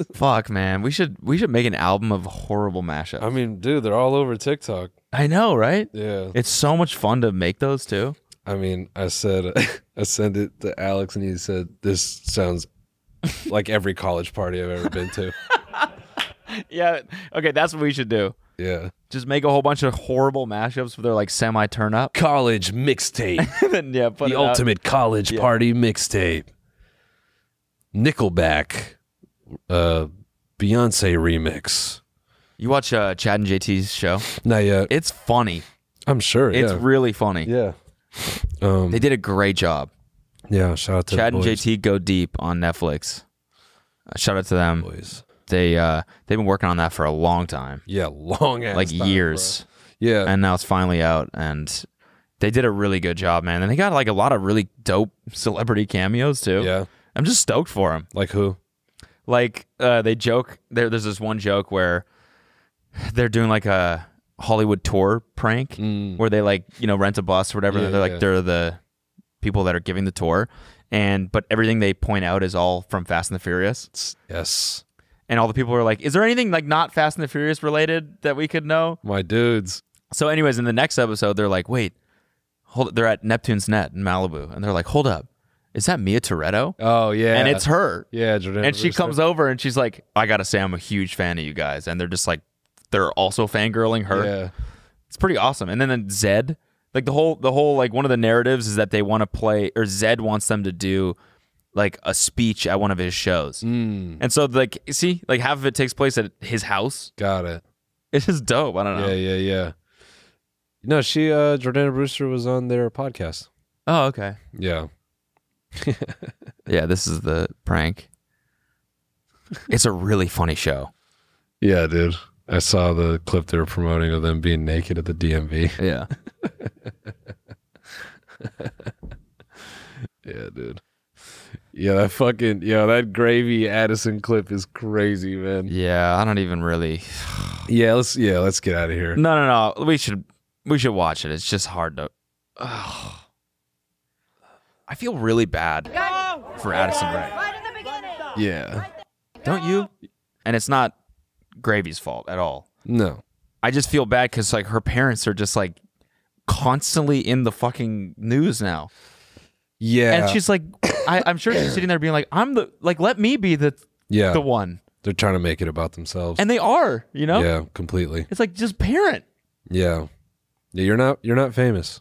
I-
Fuck, man. We should we should make an album of horrible mashups.
I mean, dude, they're all over TikTok.
I know, right?
Yeah.
It's so much fun to make those too.
I mean, I said <laughs> I sent it to Alex, and he said this sounds like every college party I've ever been <laughs> to.
Yeah. Okay, that's what we should do.
Yeah,
Just make a whole bunch of horrible mashups where they're like semi turn up. <laughs>
college <laughs> mixtape,
then yeah, put
the
it out.
ultimate college
Yeah.
party mixtape. Nickelback, uh, Beyonce remix.
You watch uh, Chad and JT's show.
Not yet.
It's funny.
I'm sure.
It's
yeah.
really funny.
yeah. Um.
They did a great job.
yeah. Shout out to
Chad
the
and
boys.
JT go deep on Netflix. Uh, shout out to them.
Boys.
They uh they've been working on that for a long time.
Yeah, long ass
like
time, bro.
years.
Yeah.
and now it's finally out and they did a really good job man and they got like a lot of really dope celebrity cameos too
yeah.
i'm just stoked for them
Like who?
like uh, they joke there, there's this one joke where they're doing like a hollywood tour prank
Mm.
where they like you know rent a bus or whatever
Yeah,
and they're like
yeah.
they're the people that are giving the tour and but everything they point out is all from fast and the furious
Yes.
and all the people are like is there anything like not fast and the furious related that we could know
My dudes.
So, anyways, in the next episode, they're like, "Wait, hold." They're at Neptune's Net in Malibu, and they're like, "Hold up, is that Mia Toretto?"
Oh yeah.
And it's her,
Yeah, Jordan.
and she comes over and she's like, "I gotta say, I'm a huge fan of you guys," and they're just like, they're also fangirling her.
Yeah.
It's pretty awesome. And then, then Zed, like the whole, the whole, like one of the narratives is that they want to play, or Zed wants them to do like a speech at one of his shows,
Mm,
and so like, see, like half of it takes place at his house. <laughs>
got it.
It's just dope. I don't know.
Yeah, yeah, yeah. No, she uh Jordana Brewster was on their podcast.
Oh, okay.
Yeah.
Yeah, this is the
<laughs>
prank. it's a really funny show.
Yeah, dude. I saw the clip they were promoting of them being naked at the DMV.
Yeah.
<laughs> Yeah, dude. Yeah, that fucking yeah, that gravy Addison clip is crazy, man.
Yeah, I don't even really
Yeah, let's yeah, let's get out of here.
No, no, no. We should we should watch it. It's just hard to Ugh. I feel really bad
Oh.
for Addison Ray.
Right in the beginning.
Yeah.
Don't you? And it's not Gravy's fault at all.
No.
I just feel bad cuz like her parents are just like constantly in the fucking news now.
Yeah.
And she's like I, I'm sure she's sitting there being like, I'm the like let me be the
yeah.
the one.
They're trying to make it about themselves.
and they are. You know,
Yeah, completely.
it's like just parent.
Yeah. Yeah, you're not you're not famous.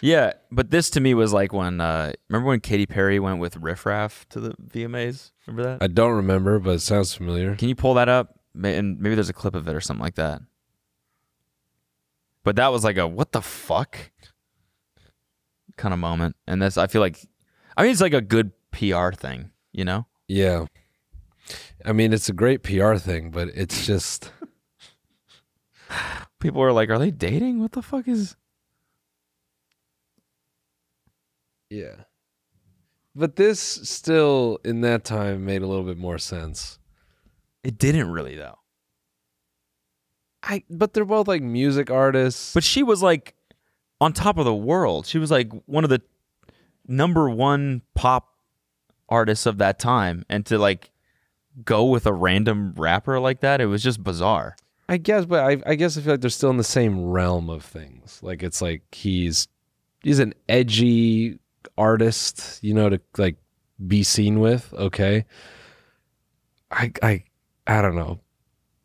Yeah, but this to me was like when uh remember when Katy Perry went with Riff Raff to the VMAs? Remember that?
I don't remember, but it sounds familiar.
Can you pull that up? May- And maybe there's a clip of it or something like that. But that was like a what the fuck kind of moment. And this I feel like I mean it's like a good PR thing, you know?
Yeah. I mean, it's a great PR thing, but it's just
People are like, are they dating? What the fuck is
yeah. But this still in that time made a little bit more sense.
it didn't really though.
I but they're both like music artists.
But she was like on top of the world. She was like one of the number one pop artists of that time. And to like go with a random rapper like that, it was just bizarre.
I guess, but I, I guess I feel like they're still in the same realm of things. Like it's like he's he's an edgy artist, you know, to like be seen with. Okay, I I I don't know.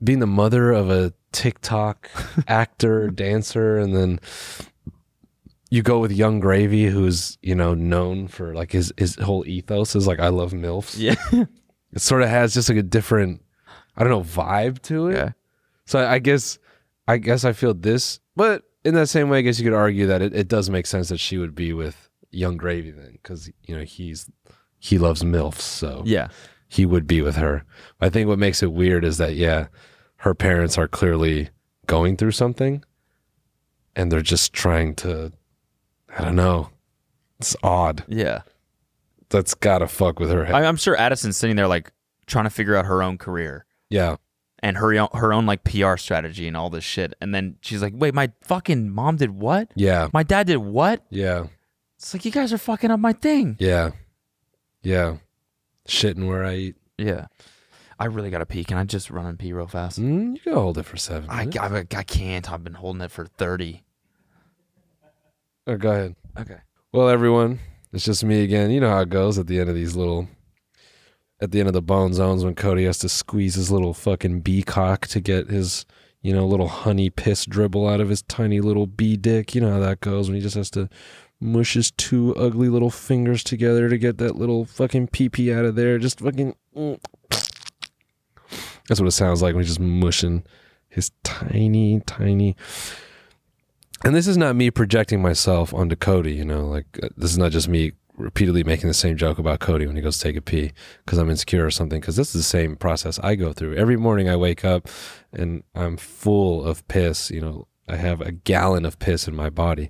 Being the mother of a
<laughs>
TikTok actor, dancer, and then you go with Young Gravy, who's you know known for like his his whole ethos is like I love milfs.
Yeah.
<laughs> It sort of has just like a different, I don't know, vibe to it.
Yeah.
So I I guess I guess I feel this, but in that same way, I guess you could argue that it, it does make sense that she would be with Young Gravy then, because you know he's he loves milfs, so
Yeah.
he would be with her. I think what makes it weird is that yeah, her parents are clearly going through something, and they're just trying to, I don't know, it's odd.
Yeah.
That's gotta fuck with her head.
I, I'm sure Addison's sitting there like trying to figure out her own career
yeah,
and her own, her own like PR strategy and all this shit. And then she's like, wait, my fucking mom did what?
yeah,
My dad did what?
yeah.
It's like, you guys are fucking up my thing.
Yeah. Yeah. Shitting where I eat.
Yeah. I really got to pee. Can I just run and pee real fast?
Mm, you can hold it for seven.
I,
minutes.
I, I can't. I've been holding it for 30.
Oh, go ahead.
Okay.
Well, everyone, it's just me again. You know how it goes at the end of these little, at the end of the bone zones when Cody has to squeeze his little fucking bee cock to get his, you know, little honey piss dribble out of his tiny little bee dick. You know how that goes when he just has to mush his two ugly little fingers together to get that little fucking pee pee out of there. Just fucking. <sniffs> mm. That's what it sounds like when he's just mushing his tiny, tiny and this is not me projecting myself onto Cody, you know, like uh, this is not just me repeatedly making the same joke about Cody when he goes to take a pee because I'm insecure or something, because this is the same process I go through. Every morning I wake up and I'm full of piss, you know, I have a gallon of piss in my body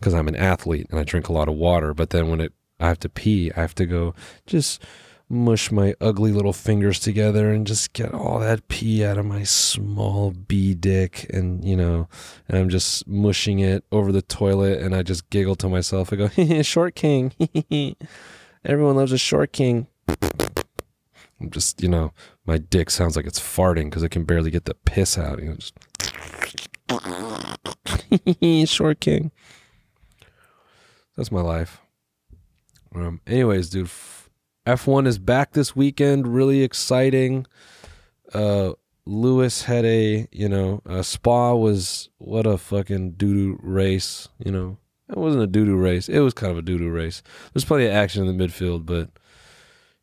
because I'm an athlete and I drink a lot of water. But then when it, I have to pee, I have to go just mush my ugly little fingers together and just get all that pee out of my small bee dick and you know and i'm just mushing it over the toilet and i just giggle to myself i go <laughs> short king everyone loves a short king i'm just you know my dick sounds like it's farting because i can barely get the piss out you know just <laughs> short king that's my life um anyways dude f- F1 is back this weekend. Really exciting. Uh, Lewis had a, you know, uh, Spa was what a fucking doo doo race. You know, it wasn't a doo doo race. It was kind of a doo doo race. There's plenty of action in the midfield, but,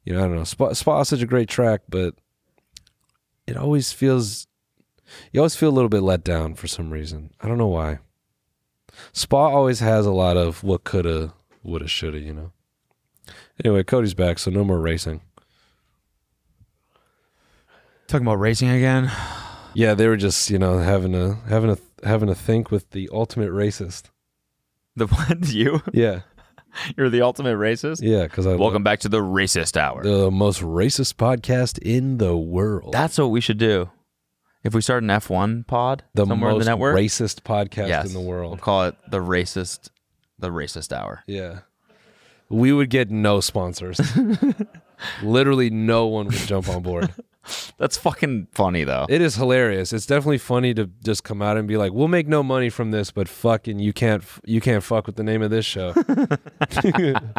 you know, I don't know. Spa, Spa is such a great track, but it always feels, you always feel a little bit let down for some reason. I don't know why. Spa always has a lot of what coulda, woulda, shoulda, you know. Anyway, Cody's back, so no more racing.
Talking about racing again.
Yeah, they were just you know having a having a having a think with the ultimate racist.
<laughs> The one <laughs> you?
Yeah,
You're the ultimate racist?
yeah, because I
Welcome back to the racist hour.
the most racist podcast in the world.
That's what we should do. If we start an F1 pod
the
somewhere in
most
the network,
racist podcast
yes,
in the world.
We'll call it the racist, the racist hour.
Yeah, we would get
<laughs>
no sponsors. Literally, no one would jump on board.
That's fucking funny though.
It is hilarious. It's definitely funny to just come out and be like, "We'll make no money from this, but fucking you can't f- you can't fuck with the name of this show." <laughs> the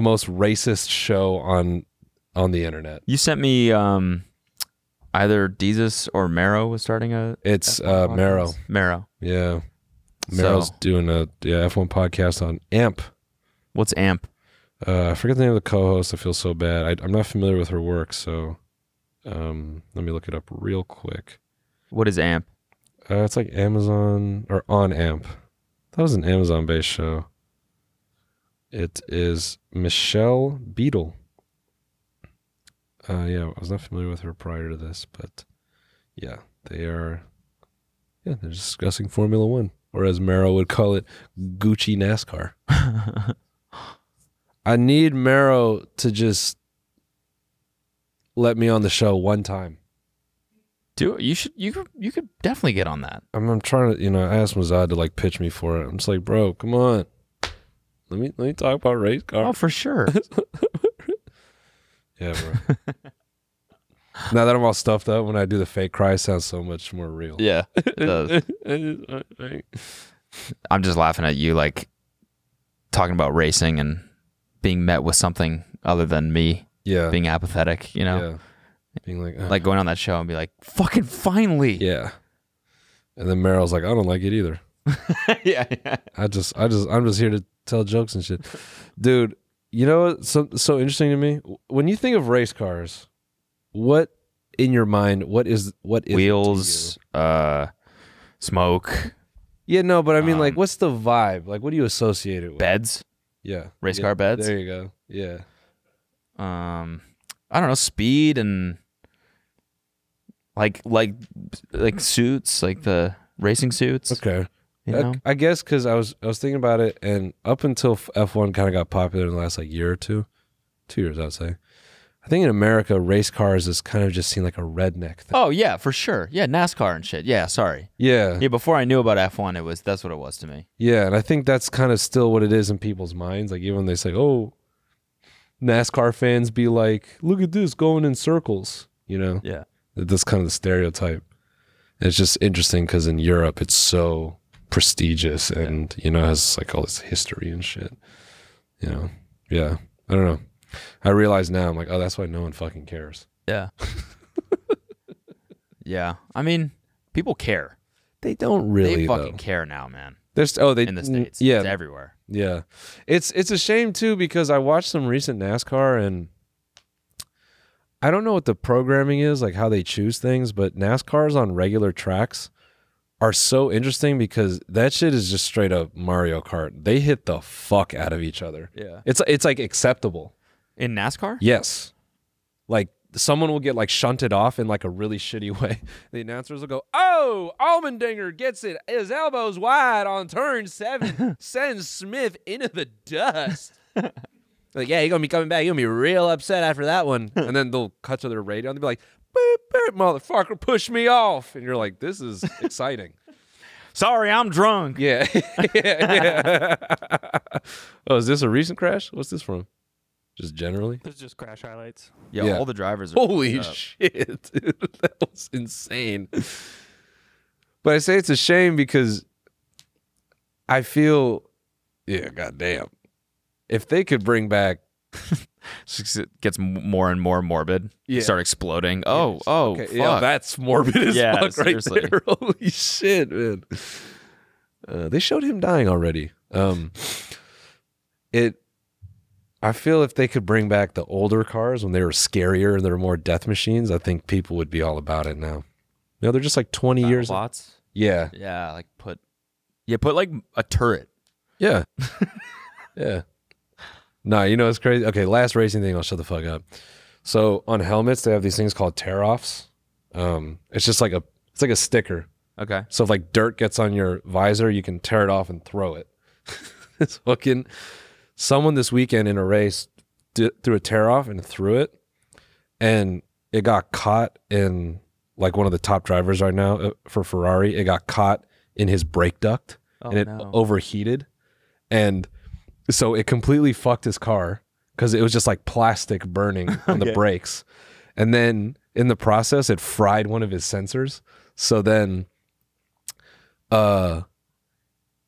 most racist show on on the internet.
You sent me um, either Jesus or Marrow was starting a
It's uh, Mero.
Marrow.
Yeah. Mero's
So-
doing a yeah, F1 podcast on AMP.
What's AMP?
Uh, I forget the name of the co-host. I feel so bad. I, I'm not familiar with her work, so um, let me look it up real quick.
What is AMP?
Uh, it's like Amazon or on AMP. That was an Amazon-based show. It is Michelle Beadle. Uh, yeah, I was not familiar with her prior to this, but yeah, they are. Yeah, they're discussing Formula One, or as Mero would call it, Gucci NASCAR. I need Mero to just let me on the show one time.
Do you should you could- you could definitely get on that.
I'm, I'm trying to, you know, I asked Mazad to like pitch me for it. I'm just like, bro, come on. Let me let me talk about race car.
Oh, for
<laughs>
sure.
Yeah, bro. now that I'm all stuffed up, when I do the fake cry, it sounds so much more real.
yeah,
<laughs>
it does. I'm just laughing at you, like talking about racing and being met with something other than me
Yeah.
being apathetic. You know,
yeah. Being like, like,
like going on that show and be like, "Fucking finally!"
yeah. And then Meryl's like, I don't like it either.
<laughs> yeah, yeah.
I just, I just, I'm just here to tell jokes and shit, dude. You know what's so, so interesting to me? When you think of race cars, what in your mind? What is what is it to
Wheels, uh, smoke,
you? Yeah, no, but I mean, like,
Um,
what's the vibe? Like, what do you associate it with?
beds.
Yeah,
race
Yeah,
car beds?
There you go. Yeah,
um i don't know speed and like like like suits like the racing suits
okay.
you
I-
know
I, guess because I was I was thinking about it, and up until F one kind of got popular in the last like year or two, two years I'd say. I think in America, race cars is kind of just seen like a redneck thing.
oh yeah for sure yeah nascar and shit yeah sorry
Yeah,
yeah before i knew about f1 it was that's what it was to me
Yeah, and I think that's kind of still what it is in people's minds. Like even when they say, "Oh, NASCAR fans be like, look at this going in circles," you know,
yeah
That- that's kind of the stereotype. And it's just interesting because in Europe, it's so prestigious and you know has like all this history and shit. You know, yeah, I don't know. I realize now I'm like, oh, that's why no one fucking cares.
yeah
<laughs>
yeah i mean people care
They don't
they
really
fucking
though.
care now man
There's oh they
in the states
yeah
it's everywhere
Yeah. It's it's a shame too because I watched some recent NASCAR and I don't know what the programming is, like how they choose things, but NASCARs on regular tracks are so interesting because that shit is just straight up Mario Kart. They hit the fuck out of each other.
Yeah.
It's it's like acceptable.
in nascar
Yes. Like someone will get like shunted off in like a really shitty <laughs> way. The announcers will go, "Oh, Almendinger gets it. His elbows wide on turn 7. Sends Smith into the dust." <laughs> like, "Yeah, you're going to be coming back. You're going to be real upset after that one." and then they'll cut to their radio and they'll be like, "Boop, boop, motherfucker, push me off." And you're like, "This is exciting."
sorry i'm drunk
yeah. <laughs> yeah, yeah. <laughs> oh, is this a recent crash? What's this from? Just generally?
There's just crash highlights.
yeah,
Yeah. Oh.
all the drivers are
Holy
fucked up.
shit, <laughs> dude. That was insane. But I say it's a shame because I feel, yeah, goddamn. If they could bring back,
<laughs> Just it gets m- more and more morbid.
Yeah.
Start exploding. Oh, oh,
okay,
fuck.
yeah, that's morbid as
Yeah,
fuck right
seriously.
there. <laughs> Holy shit, man. Uh, they showed him dying already. Um, it, I feel if they could bring back the older cars when they were scarier and they were more death machines, I think people would be all about it now. No, they're just like 20
Battle
years.
bots.
Yeah.
Yeah, like put. Yeah, put like a turret. <laughs>
Yeah. yeah. Nah, you know it's crazy. Okay, last racing thing, I'll shut the fuck up. So on helmets, they have these things called tear offs. Um, it's just like a it's like a sticker.
Okay.
So if like dirt gets on your visor, you can tear it off and throw it. <laughs> it's fucking someone this weekend in a race d- threw a tear off and threw it, and it got caught in like one of the top drivers right now uh, for Ferrari. It got caught in his brake duct
Oh
and it
no.
overheated, and so it completely fucked his car because it was just like plastic burning
<laughs>
on the brakes, and then in the process it fried one of his sensors. So then uh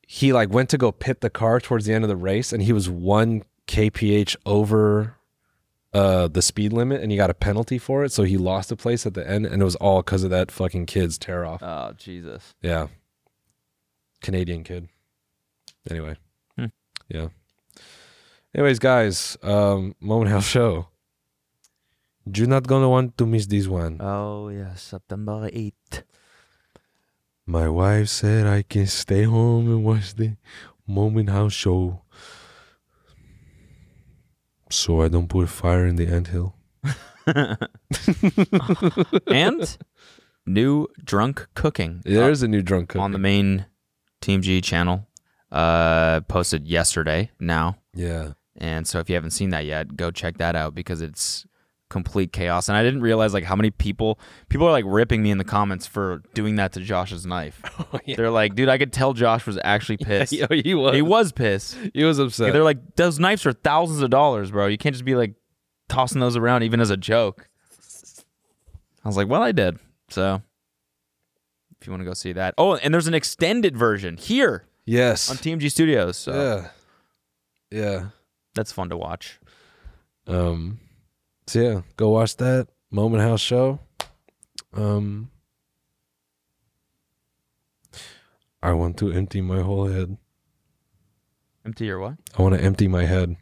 he like went to go pit the car towards the end of the race and he was one kph over uh, the speed limit and he got a penalty for it. So he lost a place at the end, and it was all because of that fucking kid's tear off.
Oh Jesus.
Yeah. Canadian kid. Anyway.
Hmm.
Yeah. Anyways, guys, um, Moment House Show. You're not gonna want to miss this one.
Oh yeah, September eighth.
My wife said I can stay home and watch the Moment House Show. So I don't put fire in the anthill. <laughs>
and new drunk cooking.
There's a new drunk cook.
on the main Team G channel. Uh, posted yesterday now,
yeah.
and so if you haven't seen that yet, go check that out because it's complete chaos. And I didn't realize like how many people people are like ripping me in the comments for doing that to Josh's
<laughs>
knife. They're like, dude, I could tell Josh was actually pissed.
Yo, Oh, he was.
he was pissed.
He was upset.
They're like, those knives are thousands of dollars, bro. You can't just be like tossing those around even as a joke. I was like, well, I did. So if you want to go see that. Oh, and there's an extended version here
yes.
on TMG Studios. So
Yeah. Yeah.
that's fun to watch.
Um, so yeah, go watch that Moment House show. Um, I want to empty my whole head.
Empty your what?
I want to empty my head.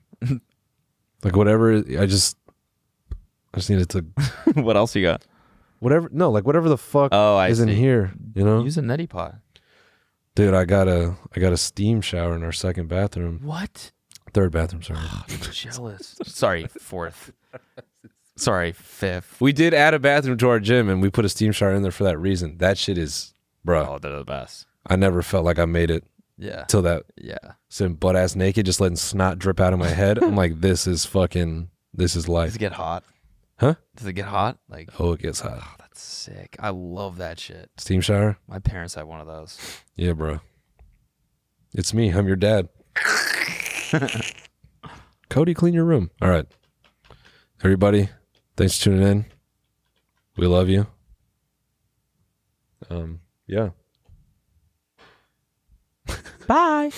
like whatever, I just, I just needed to,
<laughs> what else you got?
whatever. No, like whatever the fuck
Oh, I
is in
see.
here. You know,
Use a neti pot.
dude, I got a, I got a steam shower in our second bathroom,
<laughs> What?
third
<sighs>
bathroom. Sorry.
Jealous. Sorry, fourth. Sorry, fifth.
we did add a bathroom to our gym, and we put a steam shower in there for that reason. That shit is, bruh.
Oh, they're the best.
I never felt like I made it
Yeah.
till that
Yeah.
sitting butt ass naked, just letting snot drip out of my head. I'm like, this is fucking, this is
Does
life.
it get hot?
Huh?
Does it get hot? Like,
Oh, it gets hot.
that's sick. I love that shit.
Steam shower?
My parents had one of those.
Yeah, bro. It's me. I'm your dad. Cody, clean your room. All right. Everybody, thanks for tuning in. We love you. Um, yeah.
Bye.